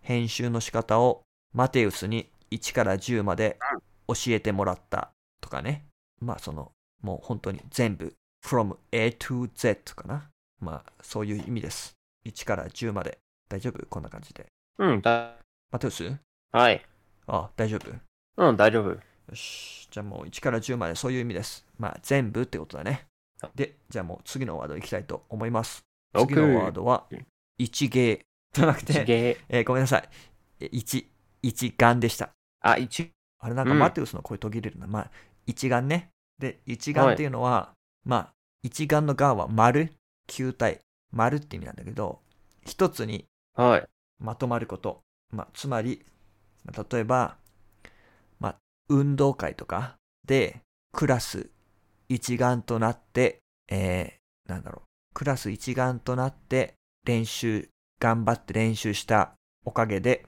A: 編集の仕方をマテウスに1から10まで教えてもらったとかね。まあ、その、もう本当に全部、from A to Z かな。まあ、そういう意味です。1から10まで。大丈夫こんな感じで。
B: うん、だ、
A: マテウス
B: はい。
A: あ、大丈夫よ
B: うん、大丈夫。
A: し。じゃあもう1から10までそういう意味です。まあ、全部ってことだね。で、じゃあもう次のワードいきたいと思います。次のワードは、一芸じゃなく
B: 一
A: て、
B: 芸。
A: えーごめんなさい。え一、一眼でした。
B: あ、一、
A: あれなんか
B: うん
A: マテウスの声途切れるな。まあ、一眼ね。で、一眼っていうのは、まあ、一眼の眼は丸、球体、丸って意味なんだけど、一つに
B: はい。
A: まとまること。まあ、つまり、まあ例えば、まあ、運動会とかで、クラス一丸となって、えー、なんだろう。クラス一丸となって、練習、頑張って練習したおかげで、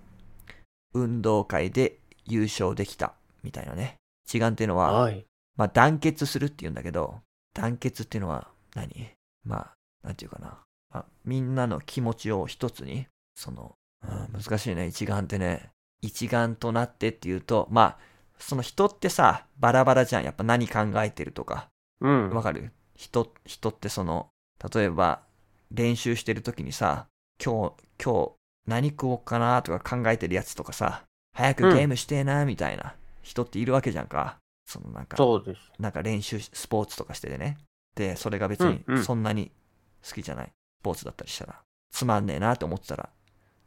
A: 運動会で優勝できた、みたいなね。一丸っていうのは、
B: はい。
A: まあ、団結するって言うんだけど、団結っていうのは何まあ、なんていうかな。まあ、みんなの気持ちを一つに、その、うん難しいね、一丸ってね。一丸となってっていうと、まあ、その人ってさ、バラバラじゃん。やっぱ何考えてるとか。
B: うん。
A: わかる人、人ってその、例えば、練習してる時にさ、今日、今日、何食おうかなとか考えてるやつとかさ、早くゲームしてえな、みたいな人っているわけじゃんか。そのなんか、
B: そうです。
A: なんか練習し、スポーツとかしててね。で、それが別
B: うんう
A: に
B: ん
A: そんなに好きじゃない。スポーツだったりしたら。つまんねえなって思ってたら。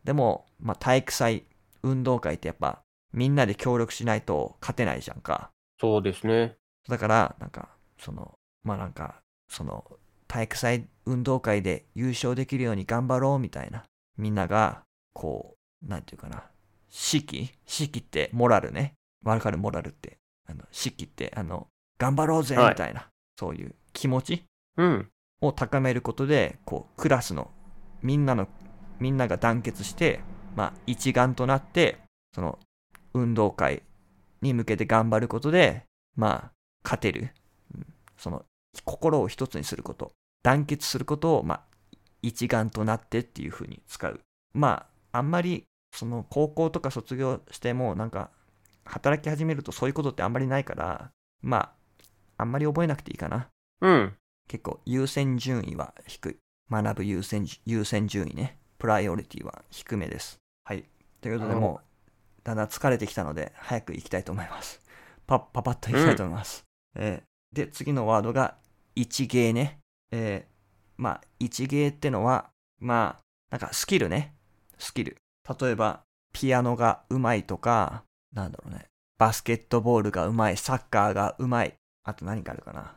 A: でも、まあ体育祭、運動会ってやっぱ、みんなで協力しないと勝てないじゃんか。
B: そうですね。
A: だから、なんか、その、まあなんか、その、体育祭運動会で優勝できるように頑張ろうみたいな。みんなが、こう、なんていうかな。士気士気ってモラルね。わかるモラルって。あの、士気って、あの、頑張ろうぜ
B: はい
A: みたいな、そういう気持ち
B: うん。
A: を高めることで、こう、クラスの、みんなの、みんなが団結して、まあ、一丸となって、その、運動会に向けて頑張ることで、まあ、勝てる。うんその、心を一つにすること。団結することを、まあ、一丸となってっていう風に使う。まあ、あんまり、その、高校とか卒業しても、なんか、働き始めるとそういうことってあんまりないから、まあ、あんまり覚えなくていいかな。
B: うん。
A: 結構優先順位は低い。学ぶ優先優先順位ね。プライオリティは低めです。はい。ということで、
B: うん
A: もう、だんだん疲れてきたので、早く行きたいと思います。 パッ、パパッと行きたいと思います。えーで、次のワードが、一芸ね。えーまあ、一芸ってのは、まあ、なんかスキルね。スキル。例えば、ピアノがうまいとか、なんだろうね。バスケットボールがうまい、サッカーがうまい。あと何かあるかな。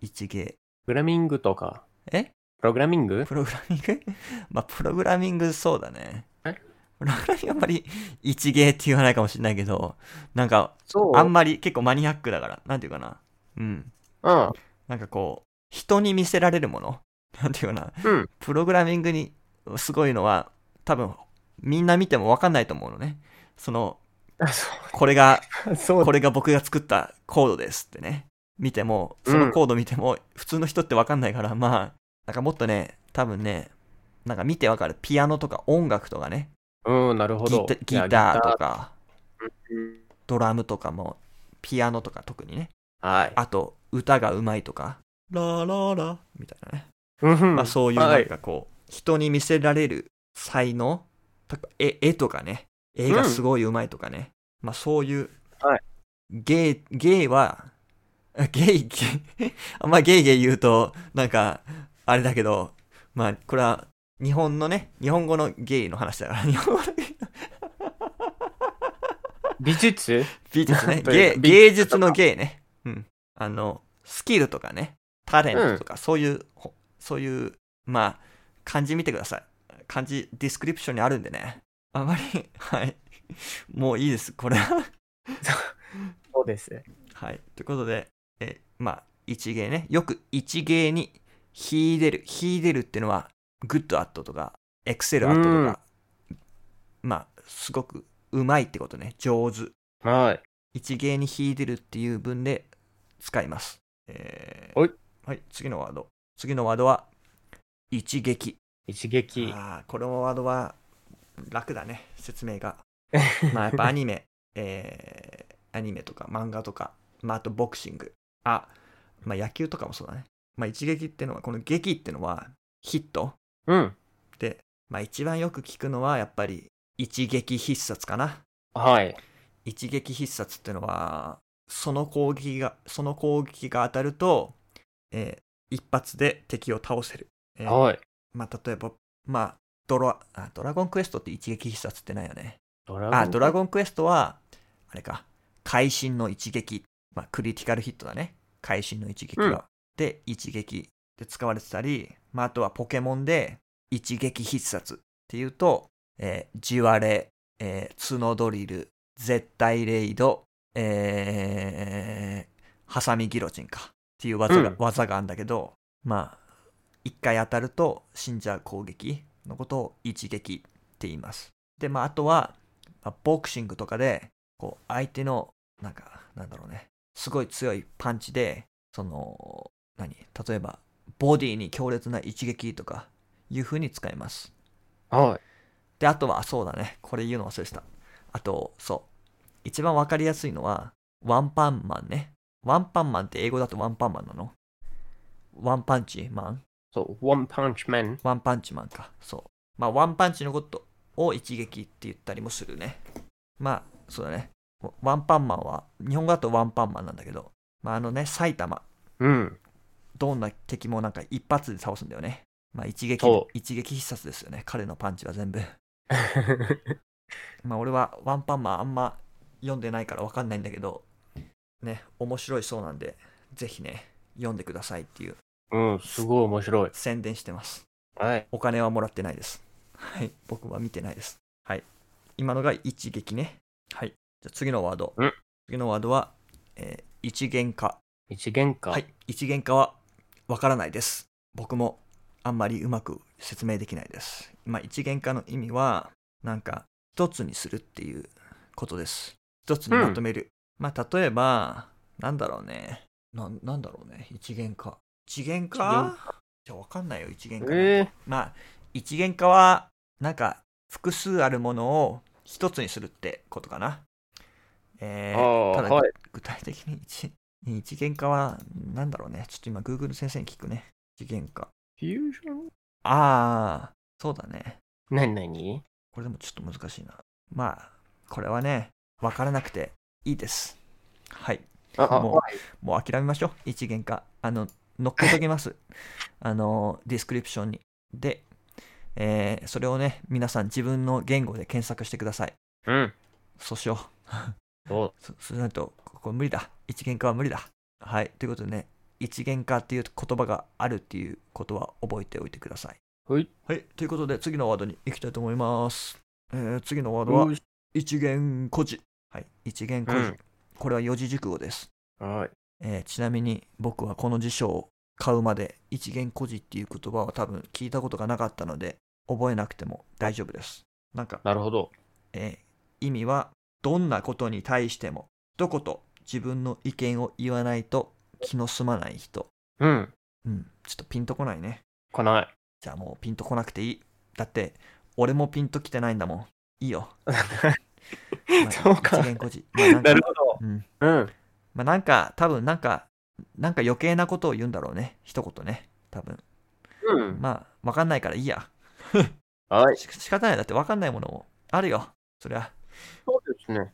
A: 一芸。
B: プログラミングとか。
A: え
B: プログラミング
A: プログラミング まあ、プログラミングそうだね。
B: え
A: プログラミングあんまり一芸って言わないかもしれないけど、なんか、
B: そう。
A: あんまり結構マニアックだから、なんていうかな。うん。
B: うん。
A: なんかこう、人に見せられるもの。 なんていうかな。
B: うん。
A: プログラミングにすごいのは、多分、みんな見てもわかんないと思うのね。その、
B: あそ
A: これが、
B: う。そ う。
A: これが僕が作ったコードですってね。見ても、そのコード見ても、普通の人ってわかんないから、まあ、なんかもっとね、多分ね、なんか見てわかるピアノとか音楽とかね、
B: うん、なるほ
A: ギ
B: ど。
A: タギ
B: いや
A: ターと。か、
B: うん
A: ドラムとかも、ピアノとか特にね。
B: はい。
A: あと、歌がうまいとか、ラララみたいなね。
B: うん
A: まあそういう
B: は
A: なん
B: い。
A: かこう、人に見せられる才能とか絵、絵とかね、絵がすごい上手いとかね、まあそういう、
B: はい
A: ゲイ、ゲイは、あゲイ、ゲイ、 あんまゲイゲイ言うと、なんか、あれだけど、まあこれは日本のね、日本語のゲイの話だから、 日本語の
B: 美術
A: 美術ね、
B: という
A: 芸
B: か
A: 芸術の芸ね。うん。あの、スキルとかね、タレントとか、そういう、ほそういう、まあ、漢字見てください。漢字、ディスクリプションにあるんでね。あまり、 はい。もういいです、これは。
B: そうです。
A: はい。ということで、え、まあ、一芸ね。よく一芸に、秀でる。秀でるっていうのは、グッドアットとか、エクセルアットとか、まあ、すごくうまいってことね。上手。
B: はい。
A: 一芸に秀でるっていう文で使います。えー
B: はい。
A: はい、次のワード。次のワードは、一撃。
B: 一撃。
A: ああ、このワードは楽だね、説明が。まあ、やっぱアニメ、 えーアニメとか漫画とか、まあ、あとボクシング。あ、まあ野球とかもそうだね。まあ、一撃ってのは、この撃ってのはヒット
B: うん。
A: で、まあ、一番よく聞くのは、やっぱり一撃必殺かな。
B: はい。
A: 一撃必殺ってのはその攻撃がその攻撃が当たると、えー一発で敵を倒せる、えー
B: はい。
A: まあ、例えばまあドラあドラゴンクエストって一撃必殺ってないよね
B: ドラゴン。
A: あドラゴンクエストはあれか会心の一撃、まあ、クリティカルヒットだね会心の一撃が、
B: うん
A: で一撃で使われてたり、まあ、あとはポケモンで一撃必殺っていうと、えー地割れ、えー角ドリル絶対レイド、えーハサミギロチンかっていう技が,、
B: うん
A: 技があるんだけどまあ一回当たると死んじゃう攻撃のことを一撃って言いますでまああとは、まあボクシングとかでこう相手のなんかなんだろうねすごい強いパンチでその何例えばボディに強烈な一撃とかいう風に使います
B: は
A: で、あとは、そうだね。これ言うの忘れてた。あと、そう。一番わかりやすいのは、ワンパンマンね。ワンパンマンって英語だとワンパンマンなのワンパンチマン
B: い。そう、ワンパンチマン。
A: ワンパンチマンか。そう。まあ、ワンパンチのことを一撃って言ったりもするね。まあ、そうだね。ワンパンマンは、日本語だとワンパンマンなんだけど、まあ、あのね、埼玉。
B: うん。
A: どんな敵もなんか一発で倒すんだよね。まあ、一撃
B: そ、
A: 一撃必殺ですよね。彼のパンチは全部。まあ俺はワンパンマンあんま読んでないからわかんないんだけど、ね、面白いそうなんで、ぜひね、読んでくださいっていう
B: うん、すごい面白い。
A: 宣伝してます。
B: はい。
A: お金はもらってないです。はい、僕は見てないです。はい。今のが一撃ね。はい。じゃあ次のワード。
B: うん
A: 次のワードは、えー一元化。
B: 一元か。
A: はい。一元化はわからないです。僕もあんまりうまく説明できないです。まあ、一元化の意味は、なんか、一つにするっていうことです。一つにまとめる。まあ、例えば、なんだろうね。なんなんだろうね。一元化。一元化じゃあわかんないよ、一元化なんて。
B: え
A: まあ、一元化は、なんか、複数あるものを一つにするってことかな。え
B: ー、
A: ーた
B: ああ
A: だ
B: ー、はい。
A: 具体的に一一元化はなんだろうね。ちょっと今 Google 先生に聞くね。一元化。
B: フュージョン
A: ああ、そうだね。
B: 何何
A: これでもちょっと難しいな。まあ、これはね、分からなくていいです。はい。
B: あ、
A: もう
B: はい
A: もう諦めましょう。一元化。あの、乗っけときます。 あの、ディスクリプションに。で、えーそれをね、皆さん自分の言語で検索してください。
B: うん。
A: そうしよう。
B: そう。
A: そそうしないと、ここ無理だ。一元化は無理だ。はい。ということでね、一元化っていう言葉があるっていうことは覚えておいてください。
B: はい。
A: はい。ということで、次のワードに行きたいと思います。えー次のワードは
B: よ、し
A: 一元孤児。はい。一元孤児。
B: うん
A: これは四字熟語です。
B: はい。
A: えーちなみに僕はこの辞書を買うまで一元孤児っていう言葉は多分聞いたことがなかったので覚えなくても大丈夫です。なんか、
B: なるほど。
A: えー意味はどんなことに対しても一言自分の意見を言わないと気の済まない人。
B: うん。
A: うん、ちょっとピンとこないね。
B: 来ない。
A: じゃあもうピンとこなくていい。だって俺もピンときてないんだもん。いい よ。まあ
B: そうか
A: 一元孤児。まあなんか
B: なるほど。
A: うん
B: うん。
A: まあ、なんか多分なんかなんか余計なことを言うんだろうね一言ね多分
B: うん。
A: まあわかんないからいいや
B: はい。
A: し仕方ないだってわかんないものもあるよそりゃ
B: そうですね。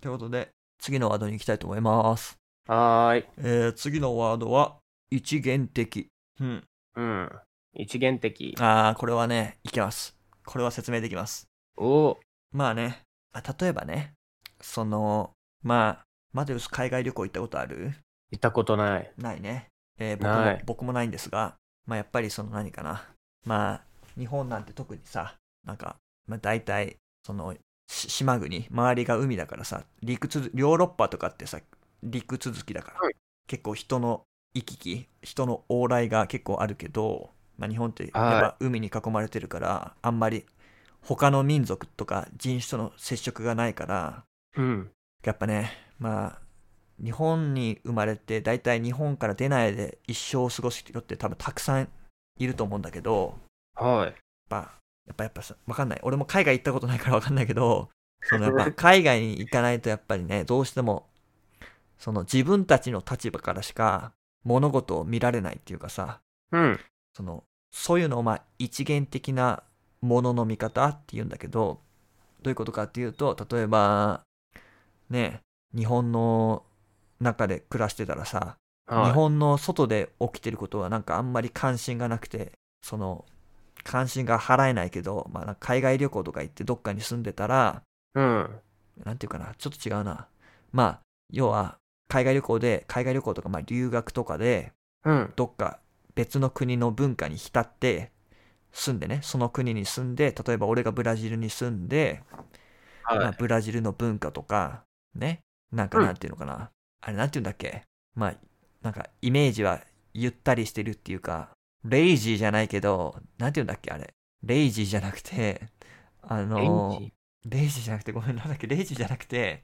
A: ということで次のワードに行きたいと思います
B: はーい。
A: えー、次のワードは一元的うん
B: うん。一元的。
A: ああこれはねいけますこれは説明できます
B: お
A: まあねあ例えばねそのまあマテウス海外旅行行ったことある
B: 行ったことない。
A: ないね、えー僕も
B: ない
A: 僕もないんですが、まあ、やっぱりその何かなまあ日本なんて特にさなんか、まあ、大体そのし島国周りが海だからさ陸続ヨーロッパとかってさ陸続きだから、
B: はい
A: 結構人の行き来人の往来が結構あるけど、まあ、日本ってやっぱ
B: は
A: 海に囲まれてるから、あんまり他の民族とか人種との接触がないから
B: うん。
A: やっぱね、まあ、日本に生まれて、大体日本から出ないで一生を過ごす人って多分たくさんいると思うんだけど、
B: はい。
A: やっぱ、やっぱ、やっぱさ、わかんない。俺も海外行ったことないからわかんないけど、そのやっぱ海外に行かないとやっぱりね、どうしても、その自分たちの立場からしか物事を見られないっていうかさ、
B: うん。
A: そのそういうのをまあ一元的なものの見方っていうんだけどどういうことかっていうと例えばね日本の中で暮らしてたらさ、
B: はい。
A: 日本の外で起きてることはなんかあんまり関心がなくてその関心が払えないけど、まあ、なんか海外旅行とか行ってどっかに住んでたら
B: うん。
A: なんていうかなちょっと違うなまあ要は海外旅行で海外旅行とかまあ留学とかで
B: うん。
A: どっか別の国の文化に浸って住んでねその国に住んで例えば俺がブラジルに住んで、ま
B: は
A: あ
B: い。
A: ブラジルの文化とかねなんか
B: うん
A: なんていうのかな、あれなんていうんだっけまあなんかイメージはゆったりしてるっていうかレイジーじゃないけどなんていうんだっけあれレイジーじゃなくてあの
B: 現地
A: レイジーじゃなくてごめんなんだっけレイジーじゃなくて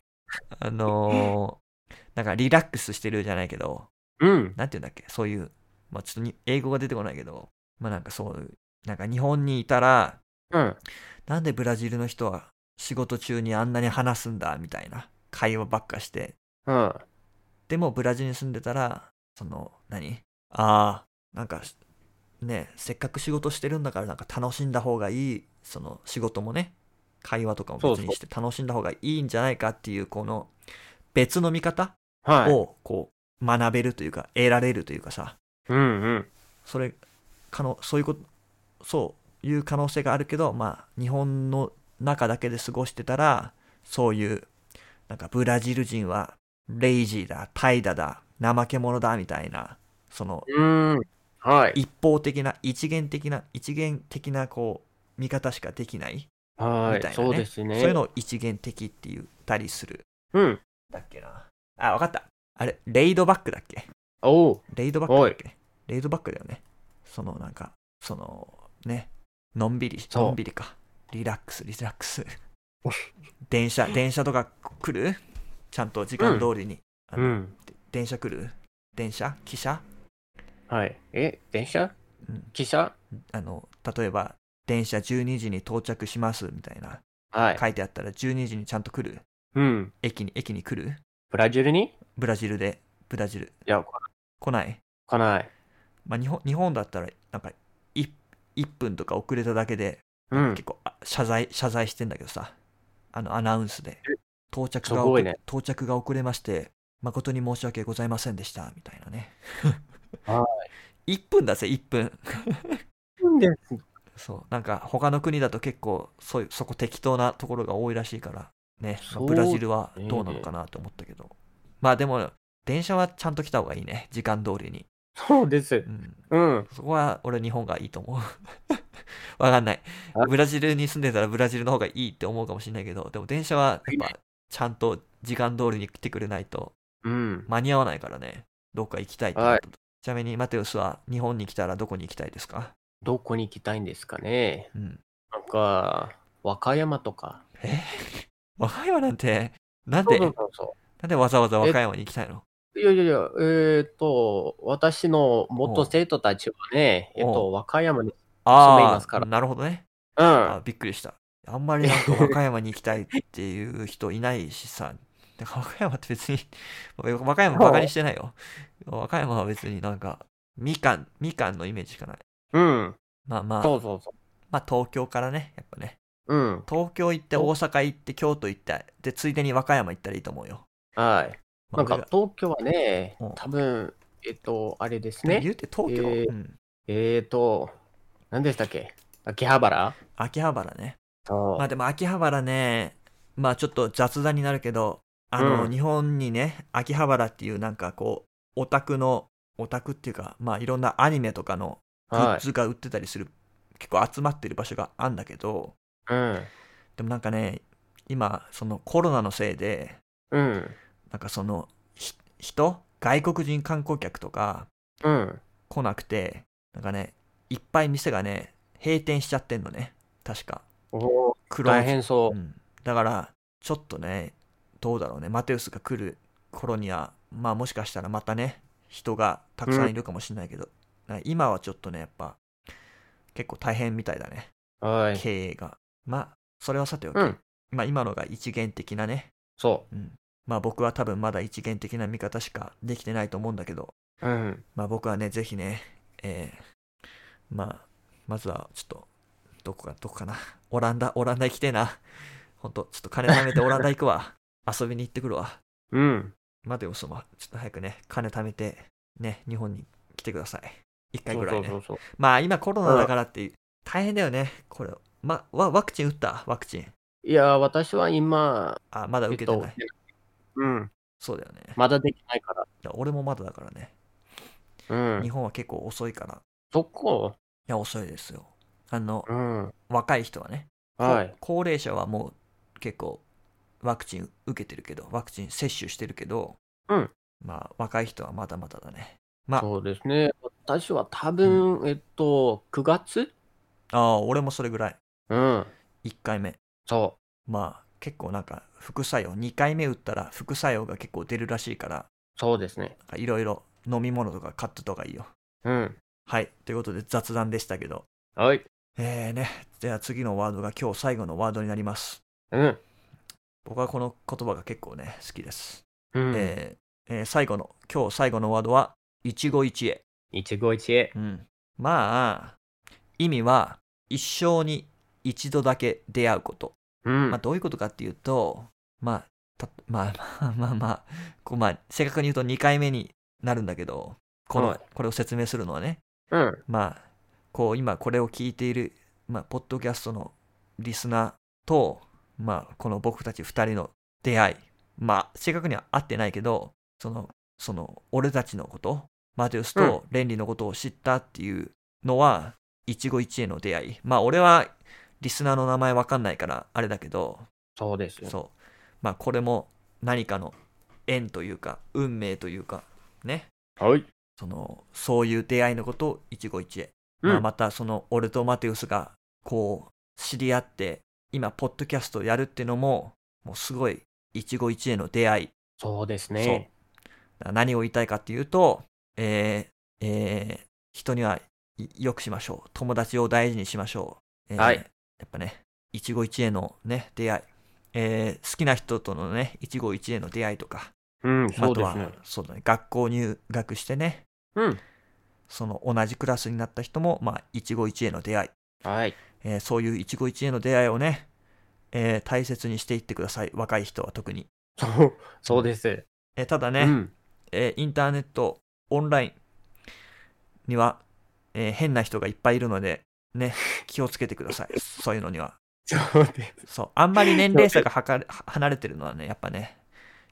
A: あのなんかリラックスしてるじゃないけど
B: うん。
A: なんて言うんだっけ、そういう、まあ、ちょっとに英語が出てこないけど、まあなんかそういう、なんか日本にいたら、
B: うん。
A: なんでブラジルの人は仕事中にあんなに話すんだみたいな会話ばっかして、
B: うん。
A: でもブラジルに住んでたら、その、何ああ、なんか、ね、せっかく仕事してるんだから、なんか楽しんだ方がいい、その仕事もね、会話とかも別にして楽しんだ方がいいんじゃないかっていう、この別の見方
B: はい。
A: をこう学べるというか、得られるというかさ、
B: うんうん。
A: それ可能そういうことそういう可能性があるけどまあ日本の中だけで過ごしてたらそういうなんかブラジル人はレイジーだ怠惰だ怠け者だみたいなその
B: うん。はい。
A: 一方的な一元的な一元的なこう見方しかできない、
B: は
A: みたいなね
B: い。そうですね。
A: そういうのを一元的って言ったりする
B: うん。
A: だっけなあわかったあれレイドバックだっけ
B: おう。
A: レイドバックだっけレイドバックだよね。そのなんか、そのね、のんびり、
B: そう
A: のんびりか。リラックス、リラックス。電 車、電車とか来るちゃんと時間通りに。あ
B: う
A: の
B: ん。
A: 電車来る電車汽車
B: はい。え、電車
A: うん。
B: 汽車
A: あの、例えば、電車12時に到着しますみたいな。
B: はい。
A: 書いてあったら、12時にちゃんと来る
B: うん。
A: 駅に、駅に来る
B: ブラジルにい
A: ブラジルで、ブラジル。
B: や、
A: 来ない
B: 来ない。
A: まあ、日本、日本だったら、なんか、1分とか遅れただけで、
B: うん。
A: 結構あ謝罪謝罪してんだけどさあのアナウンスで到着
B: す
A: が遅
B: ご
A: れ、
B: いね
A: 到着が遅れまして誠に申し訳ございませんでしたみたいなね
B: は
A: 1分だぜ1分
B: です。
A: そうなんか他の国だと結構そういうそこ適当なところが多いらしいからね、まあ
B: そう
A: ブラジルはどうなのかなと思ったけど、まあでも電車はちゃんと来た方がいいね時間通りに、
B: そうです
A: う。ん、
B: うん。
A: そこは俺日本がいいと思う わかんない
B: あ
A: ブラジルに住んでたらブラジルの方がいいって思うかもしれないけどでも電車はやっぱちゃんと時間通りに来てくれないと
B: うん。
A: 間に合わないからねどっか行きたいってこと、
B: はい
A: ちなみにマテウスは日本に来たらどこに行きたいですか
B: どこに行きたいんですかね。
A: うん
B: なんか、和歌山とか。
A: え和歌山なんてなん
B: そ
A: で
B: うそうそうそ
A: なんでわざわざ和歌山に行きたいの
B: う。いやいやいや、えっ、と、私の元生徒たちはね、えっ、
A: おう
B: と、和歌山に、住んでい
A: あ
B: ます
A: あ
B: から
A: なるほどね
B: うん
A: あ。びっくりしたあんまりなんか和歌山に行きたいっていう人いないしさだから和歌山って別に 和歌山バカにしてないよ和歌山は別になんかみかんみかんのイメージしかない
B: うん。
A: まあまあ
B: そうそうそ
A: まあ東京からねやっぱね
B: う。うん。
A: 東京行って大阪行って京都行ってでついでに和歌山行ったらいいと思うよ、
B: はい。
A: まあ
B: なんか
A: 俺が
B: 東京はね
A: うん、
B: 多分、えっ、と、あれです
A: 言
B: ね。
A: うて東京、
B: えー
A: うん、
B: えっ、と、何でしたっけ秋葉原
A: 秋葉原ね
B: そう
A: まあでも秋葉原ね、まあちょっと雑談になるけど、あの、
B: うん
A: 日本にね、秋葉原っていうなんかこう、オタクの、オタクっていうか、まあいろんなアニメとかのグ
B: は
A: ッ
B: い。
A: ズが売ってたりする、結構集まってる場所があんだけど、
B: うん。
A: でもなんかね、今、そのコロナのせいで、
B: うん。
A: なんかその、ひ人外国人観光客とか
B: うん。
A: 来なくて、なんかね、いっぱい店がね、閉店しちゃってんのね、確か。
B: おー
A: クローズ
B: 大変そうう。
A: ん、だからちょっとねどうだろうねマテウスが来る頃にはまあもしかしたらまたね人がたくさんいるかもしれないけど、なんか今はちょっとねやっぱ結構大変みたいだね
B: はい。
A: 経営がまあそれはさておき、
B: うん。
A: まあ今のが一元的なね、
B: そ
A: うん、まあ僕は多分まだ一元的な見方しかできてないと思うんだけど
B: う。うん。
A: まあ僕はねぜひねえーまあまずはちょっとどこかどこかなオランダオランダ行きてえなほんとちょっと金貯めてオランダ行く わ遊びに行ってくるわ
B: うん。
A: 待てよそまちょっと早くね金貯めてね日本に来てください一回
B: そ
A: ぐ
B: う
A: らい
B: そ
A: ね
B: うそうそう。
A: まあ今コロナだからっていう大変だよねこれまワワクチン打ったワクチン
B: いや、私は今、
A: あまだ受けてない、
B: えっとうん。
A: そうだよね、
B: まだできないか
A: いや俺もまだだからね、
B: ら。う
A: 日
B: ん。
A: 本は結構遅いからい
B: そこ。
A: や遅いですよあの
B: うん。
A: 若い人はね
B: はい。
A: 高齢者はもう結構ワクチン受けてるけどワクチン接種してるけど、
B: うん
A: まあ若い人はまだまだだねまあ
B: そうですね。私は多分、えっと、9月
A: ああ俺もそれぐらい
B: うん。
A: 1回目
B: そ
A: まあ結構なんか副作用2回目打ったら副作用が結構出るらしいから
B: う。そうですね。
A: なんかいろいろ飲み物とか買ってた方がいいよ
B: うん。
A: はいということで雑談でしたけど
B: はい。
A: えーねでは次のワードが今日最後のワードになります
B: うん。
A: 僕はこの言葉が結構ね好きです、
B: うん。
A: えーえー最後の今日最後のワードは一期一会
B: 一期一会。
A: うん、まあ意味は一生に一度だけ出会うこと、
B: うん
A: まあ、。どういうことかっていうとまあたまあまあまあまあこうまあ正確に言うと2回目になるんだけどこの、
B: はい
A: これを説明するのはね
B: うん。
A: まあこう今これを聞いている、まあ、ポッドキャストのリスナーと、まあ、この僕たち2人の出会いまあ正確には合ってないけどそのその俺たちのことマテウスとレンリのことを知ったっていうのは、一期一会の出会いまあ俺はリスナーの名前わかんないからあれだけど
B: そうですよ。
A: そうまあこれも何かの縁というか運命というかね
B: はい。
A: そのそういう出会いのことを一期一会
B: うん
A: まあ、またその俺とマテウスがこう知り合って今ポッドキャストをやるっていうのももうすごい一期一会の出会い
B: そうですね。
A: だから何を言いたいかっていうと、えーえー人にはい良くしましょう友達を大事にしましょう、えー
B: はい
A: やっぱね一期一会のね出会い、えー好きな人とのね一期一会の出会いとか
B: うん、そ
A: あ
B: う
A: と
B: で
A: は
B: すね。
A: そうだね学校入学してね
B: うん。
A: その同じクラスになった人もまあ一期一会の出会い
B: はい。
A: えーそういう一期一会の出会いをね、えー大切にしていってください。若い人は特に。
B: そう、そうです。
A: えーただ
B: う
A: ね、
B: ん。
A: えーインターネット、オンラインには、えー変な人がいっぱいいるので、 ね、気をつけてください。そういうのには。
B: そうです。
A: そう。あんまり年齢差がはかれは離れてるのはね、やっぱね、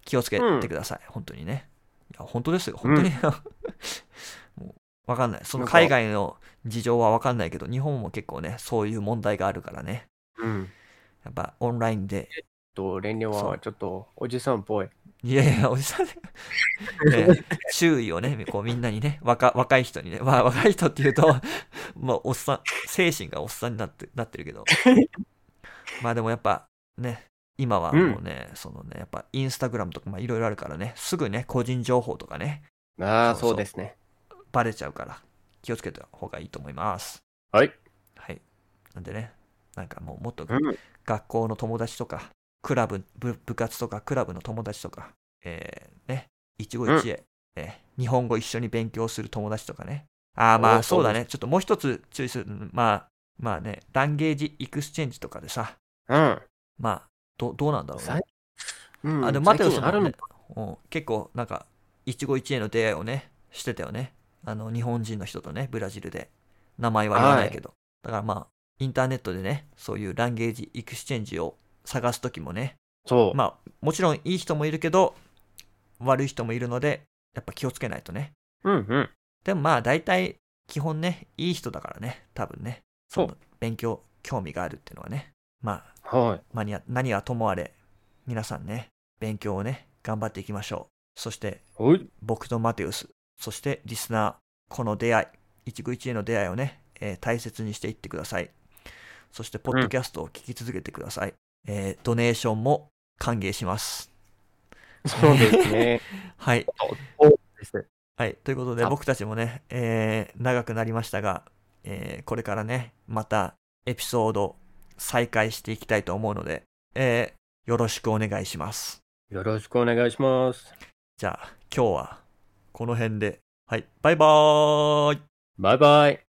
A: 気をつけてください。本当にね。いや、本当ですよ。本当に。 もうわかんない。その
B: なんか
A: 海外の事情はわかんないけど、日本も結構ね、そういう問題があるからね。
B: うん。
A: やっぱオンラインで。
B: と、レンレ
A: そう
B: はちょっとおじさんっぽい。
A: いやいや、おじさんね、ね注意をね、こうみんなにね、若若い人にね、まあ、若い人っていうと、 まあ、おっさん、精神がおっさんになってなってるけど、まあでもやっぱね、今はもうね、そのね、やっぱインスタグラムとかまあいろいろあるからね、すぐね、個人情報とかね、
B: ああ、
A: そうそう
B: そうですね。
A: バレちゃうから、気をつけた方がいいと思います。
B: はい。
A: はい。なんでね、なんかもうもっと
B: うん。
A: 学校の友達とか、クラブ、部部活とか、クラブの友達とか、えーね、一期一会、えー日本語一緒に勉強する友達とかね。ああ、ま
B: お
A: あ
B: ー
A: そうだね。ちょっともう一つ注意する。うんまあ、まあね、ランゲージエクスチェンジとかでさ、
B: うん。
A: まあ、どうどうなんだろうね
B: 最。うん、
A: あ、でもマテウス
B: 最近ある
A: も、
B: の
A: ねうん、結構なんか、一期一会の出会いをね、してたよね。あの、日本人の人とね、ブラジルで。名前は言わないけど。だからまあ、インターネットでね、そういうランゲージエクスチェンジを探すときもね、
B: そう。
A: まあもちろんいい人もいるけど悪い人もいるのでやっぱ気をつけないとね
B: うんうん。
A: でもまあ大体基本ねいい人だからね多分ね
B: そう
A: の勉強興味があるっていうのはねまあ
B: はい。
A: マニア何はともあれ皆さんね勉強をね頑張っていきましょうそして
B: おい。
A: 僕とマテウスそしてリスナーこの出会い一期一会の出会いをね、えー大切にしていってくださいそしてポッドキャストを聞き続けてください、えードネーションも歓迎します
B: そうです ね。
A: はい
B: そうです。
A: はい、ということで
B: あ
A: 僕たちもね、えー長くなりましたが、えーこれからね、またエピソード再開していきたいと思うので、えーよろしくお願いします。
B: よろしくお願いします。
A: じゃあ今日はこの辺で、はい、バイバーイ
B: バイバイ。